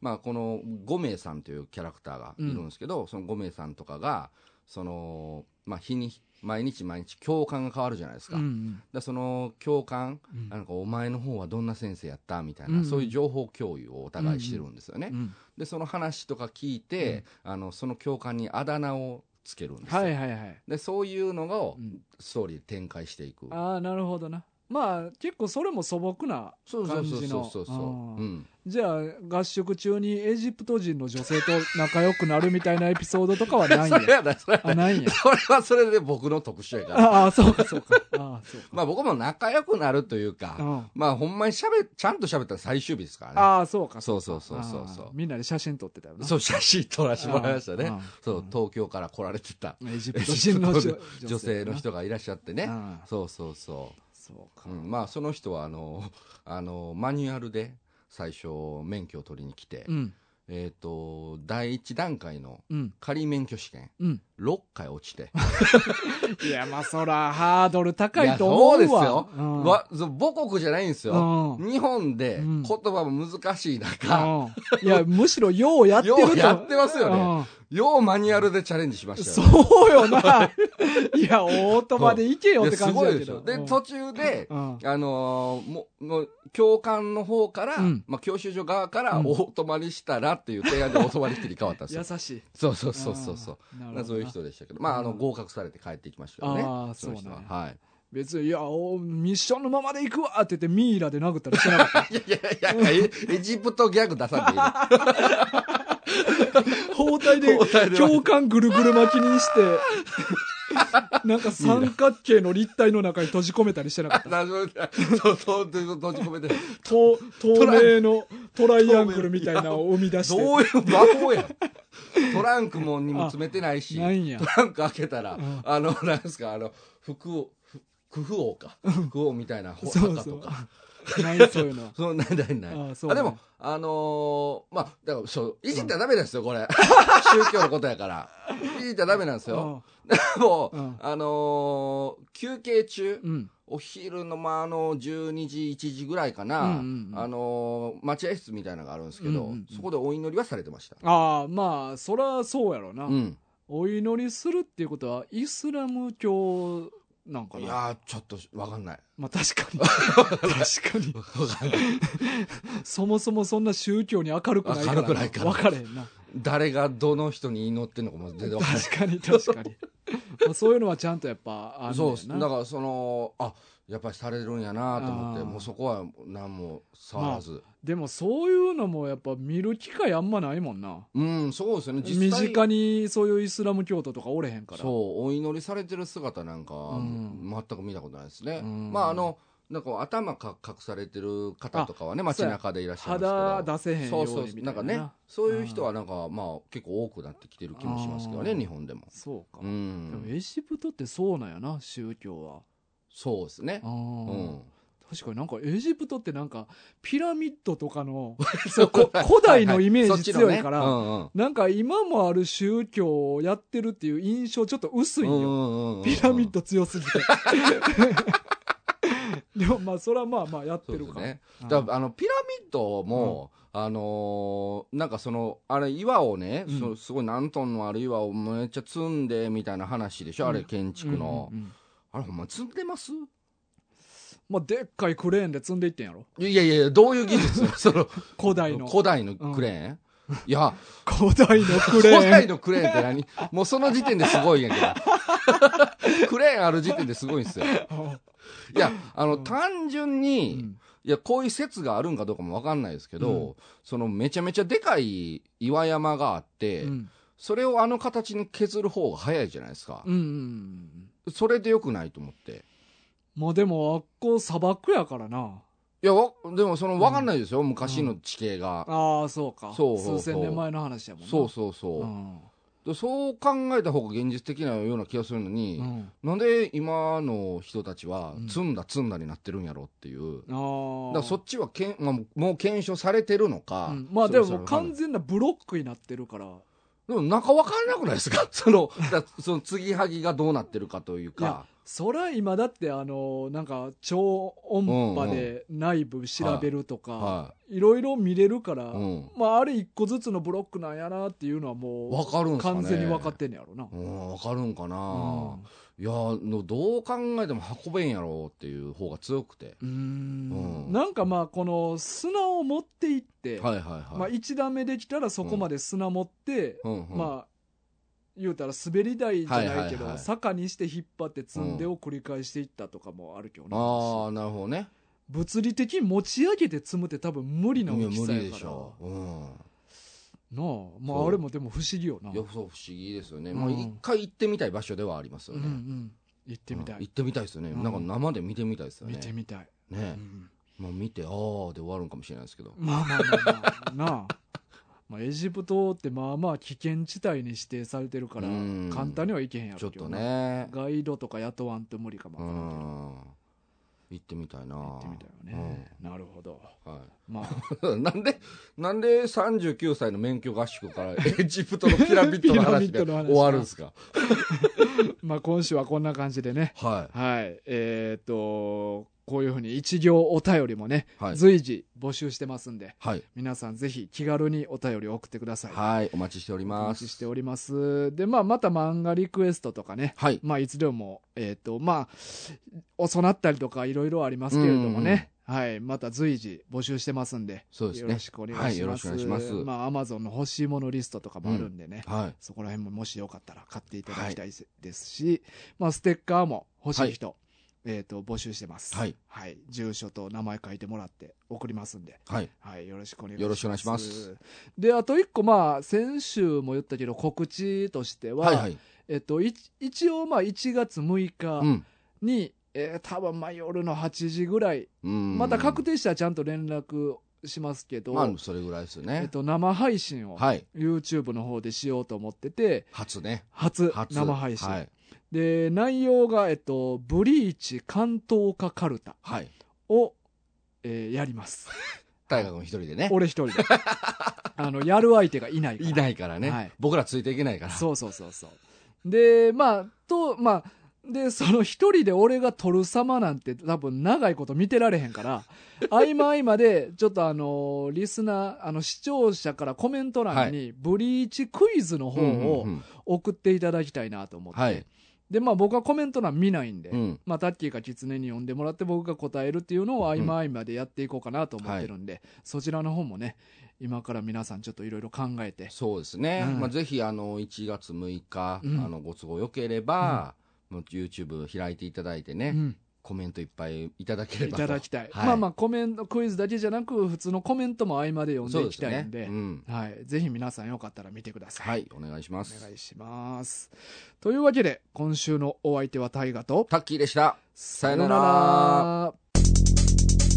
まあこの五名さんというキャラクターがいるんですけど、その五名さんとかがそのまあ日に毎日毎日共感が変わるじゃないですか。うんうだかんらその共感うんなんかお前の方はどんな先生やったみたいな、うんそういう情報共有をお互いしてるんですよね。うんでその話とか聞いて、あのその共感にあだ名をつけるんですよ。はいはいはいでそういうのがうんストーリーで展開していく。ああなるほどなまあ結構それも素朴なそうそうそうそうそ感うじのそう。うんじゃあ合宿中にエジプト人の女性と仲良くなるみたいなエピソードとかはないん そや れはだそれはあないんやそれはそれで僕の特殊やから。ああそうかそうかああそうかまあ僕も仲良くなるといううか、んまあほんまにしゃべ、ちゃんと喋ったら最終日ですからね。ああそうかそうかそうそうそうそうああみんなで写真撮ってたよなそう、写真撮らせてもらいましたああねああ。そう、東京から来られてたエジプト人のエジ女プト女性の人がいらっしゃってね。ああそうそうそそうかう。うんまあその人はあの、 あの、マニュアルで最初免許を取りに来てう、んえっと、第一段階のうん仮免許試験、うん6回落ちて。いやまあそらハードル高いとそ思うですうわよ。うんわそう母国じゃないんですよ。うん日本でうん言葉も難しい中、うんいやむしろようやってるとようやってますよねうんようマニュアルでチャレンジしましたよ、ね。そうよ な。いや、オートマで行けよって感じいだやすごいけでしど。ょ。で、うん途中でう、んあのーもう、もう、教官の方から、うんまあ、教習所側から、うんお泊まりしたらっていう提案でお泊まり切り替わったんです優よ。しい。そうそうそうそうそう。あーなるほどなまあそういう人でしたけど、まあ、あの、うん合格されて帰っていきましたけどね。あーの人はそうなんやはい。別に、いや、おミッションのままで行くわって言ってミイラで殴ったりしてなか った。いやいやいや、エエジプトギャグ出さんでいいの包帯で包帯で教官ぐるぐる巻きにして、 なんか三角形の立体の中に閉じ込めたりしてなかった。なるほど そうそう、そう閉じ込めて。と透明のトライアングルみたいなのを生み出して。どういう魔法やんトランクもにも詰めてないし、ないんやト。ランク開けたら、うんあの、なんですか、あの、服を、ふクフ王か。クフ王みたいなほそう墓そとうか。ないそういう のはそのないないないああそうあねでもあのーまあだからそういじったらダメなんですよ これ宗教のことやからいじったらダメなんですよもう、うんあのー休憩中うんうんお昼のまああの12時1時ぐらいかな、うんうんうんあのー待合室みたいなのがあるんですけうど、んうんうんそこでお祈りはされてましたああまあそらそうやろな、うんお祈りするっていうことはイスラム教なんかいなやーちょっとわかんないまあ確か に確かにそもそもそんな宗教に明るくないから明るくないから分かれへんな誰がどの人に祈ってんのかも全然わか んない確か に確かにまあそういうのはちゃんとやっぱあんねんなそうですだからそのあやっぱりされるんやなと思ってあーもうそこは何も触らず、でもそういうのもやっぱ見る機会あんまないもんなうんそうですよね身近ににそういうイスラム教徒とかおれへんからそうお祈りされてる姿なんか、ん全く見たことないですね、うんまああのなんか頭か隠されてる方とかはね街中でいらっしゃいま肌すけど出せへんよそううにみそうたいななんかねそういう人はなんかまあ結構多くなってきてる気もしますけどあねー日本でもそうか、うでもんエジプトってそうなんやな宗教はそうですねあうーん確かになんかエジプトってなんかピラミッドとかの そうこ古代のはいはいイメー そっジちの強いねからうんうんなんか今もある宗教をやってるっていう印象ちょっと薄いんよ、うんうんうんうんピラミッド強すぎてでもまあそれはまあまあやっそてうでるすかねうんだからあのピラミッドも、あのーなんかそのあれ岩をね、うんそすごい何トンのある岩をめっちゃ積んでみたいな話でしょ、あうれん建築の、うんうんうんあれほんま積んでますまあ、でっかいクレーンで積んでいってんやろいやいやいやどういう 技術その古代の古代のクレーン、いや古代のク古レーン代のクレーンって何 もうその時点ですごいんや けどクレーンある時点ですごいんですよいやあの、うん単純うに、んいや、こういう説があるんかどうかもわかんないですけうど、そのめちゃめちゃでかい岩山があって、うんそれをあの形に削る方が早いじゃないですか。うんうんうんそれでよくないと思って。まあでもあっこ砂漠やからないや、わでもそのわかんないですよ、昔の地形が。ああそうかそうそうそう数千年前の話やもんなそうそうそう、んでそう考えた方が現実的なような気がするのに、うんなんで今の人たちはうん積んだ積んだになってるんやろっていう、だああからそっちはけん、まあ、もう検証されてるのか、うんまあそでろもそもろう完全なブロックになってるからでも中分からなくないですか その、だその継ぎはぎがどうなってるかといういやか。そら今だってあのなんか超音波で内部調べるとかはいろいろ見れるから、い。うん。まああれ一個ずつのブロックなんやなっていうのはもわかるんうすかね完全に分かってんねやろな、うん、わかるんかうんな、いや、のどう考えても運べんやろうっていう方が強くて。うーんうんなんかまあこの砂を持っていって、はいはいはい。まあ、1段目できたらそこまで砂持って、うんうん、まあ言うたら滑り台じゃないけど、はいはいはい坂にして引っ張って積んでを繰り返していったとかもあるけどな、ああ、なるほどね。物理的に持ち上げて積むって多分無理いなや、大き無さや理でかしらょう。うなあまそあう。あれもでも不思議よなんいや、そう、不思議ですよね。うんまあ、一回行ってみたい場所ではありますうよんうね。ん行ってみたい、うん行ってみたいですよね、うんなんか生で見てみたいですよね。見てみたい、うね、んまあ、見て、ああ、で終わるんかもしれないですけど。まあまあまあまあなあまあ、エジプトってまあまあ危険地帯に指定されてるからうん簡単には行けへんやろちょっけどとなね。ガイドとか雇わんと無理かもうわからんけどん行ってみたいな行ってみたいよね、なるほどうんはまあい、なんでなんで39歳の免許合宿から エジプトのピラミッドの話ピラミッドでの話が終わるんですかまあ今週はこんな感じでねははいえーっとこういうふうに一行お便りもね、いはい随時募集してますんではい、皆さんぜひ気軽にお便りを送ってくださいはい、お待ちしておりおま待すちしておりますでまあまた漫画リクエストとかねはいまあ、いつでも、えっ、と、まあ、遅なったりとかいろいろありますけれどもね、はい、また随時募集してますんで、そうですよねろしくお願いします。はいよろしくお願いしますまあ、アマゾンの欲しいものリストとかもあるんでね、はいそこら辺ももしよかったら買っていただきたいですし、まあ、ステッカーも欲しい人、えっ、と、募集してます。はい。はい。住所と名前書いてもらって送りますんで、はいはい、よろしくお願いします。よろしくお願いします。で、あと一個、まあ、先週も言ったけど、告知としては、はいはいえっと、い一応まあ1月6う日んに、えー多分まあ夜の8時ぐらい、うんまた確定したらちゃんと連絡しますけど、まあそれぐらいですよね、えっと、生配信をはい YouTube の方でしようと思ってて、初ね初初生配信、はい、で内容が、えっと「ブリーチ関東化カルタはい、を」えーやります。大河君一人でね俺一人 で。あの、やる相手がいないから。いないからね、はい僕らついていけないからそうそうそうそう。で、まあ、と、まあ、で、その一人で俺が撮る様なんて多分長いこと見てられへん から、合間合間で、ちょっとあの、リスナー、あの、視聴者からコメント欄に、ブリーチクイズの方うんうんうをん送っていただきたいなと思って。はい、で、まあ僕はコメント欄見ないんで、うん、まあ、タッキーかキツネに呼んでもらって僕が答えるっていうのを合間合間でやっていこうかなと思ってるんで、そちらの方もね今から皆さんちょっといろいろ考えてそうですね、うんまあ、ぜひあの1月6日、うんあのご都合よければ、もう YouTube 開いていただいてね、うんコメントいっぱいいただけれいばとただきたい、はいまあまあコメントクイズだけじゃなく普通のコメントも合間で読んそでいうできすたいねんでうんはい、ぜひ皆さんよかったら見てください、はいお願いしまおす願いしますというわけで今週のお相手は大ガとタッキーでしたさよならさよなら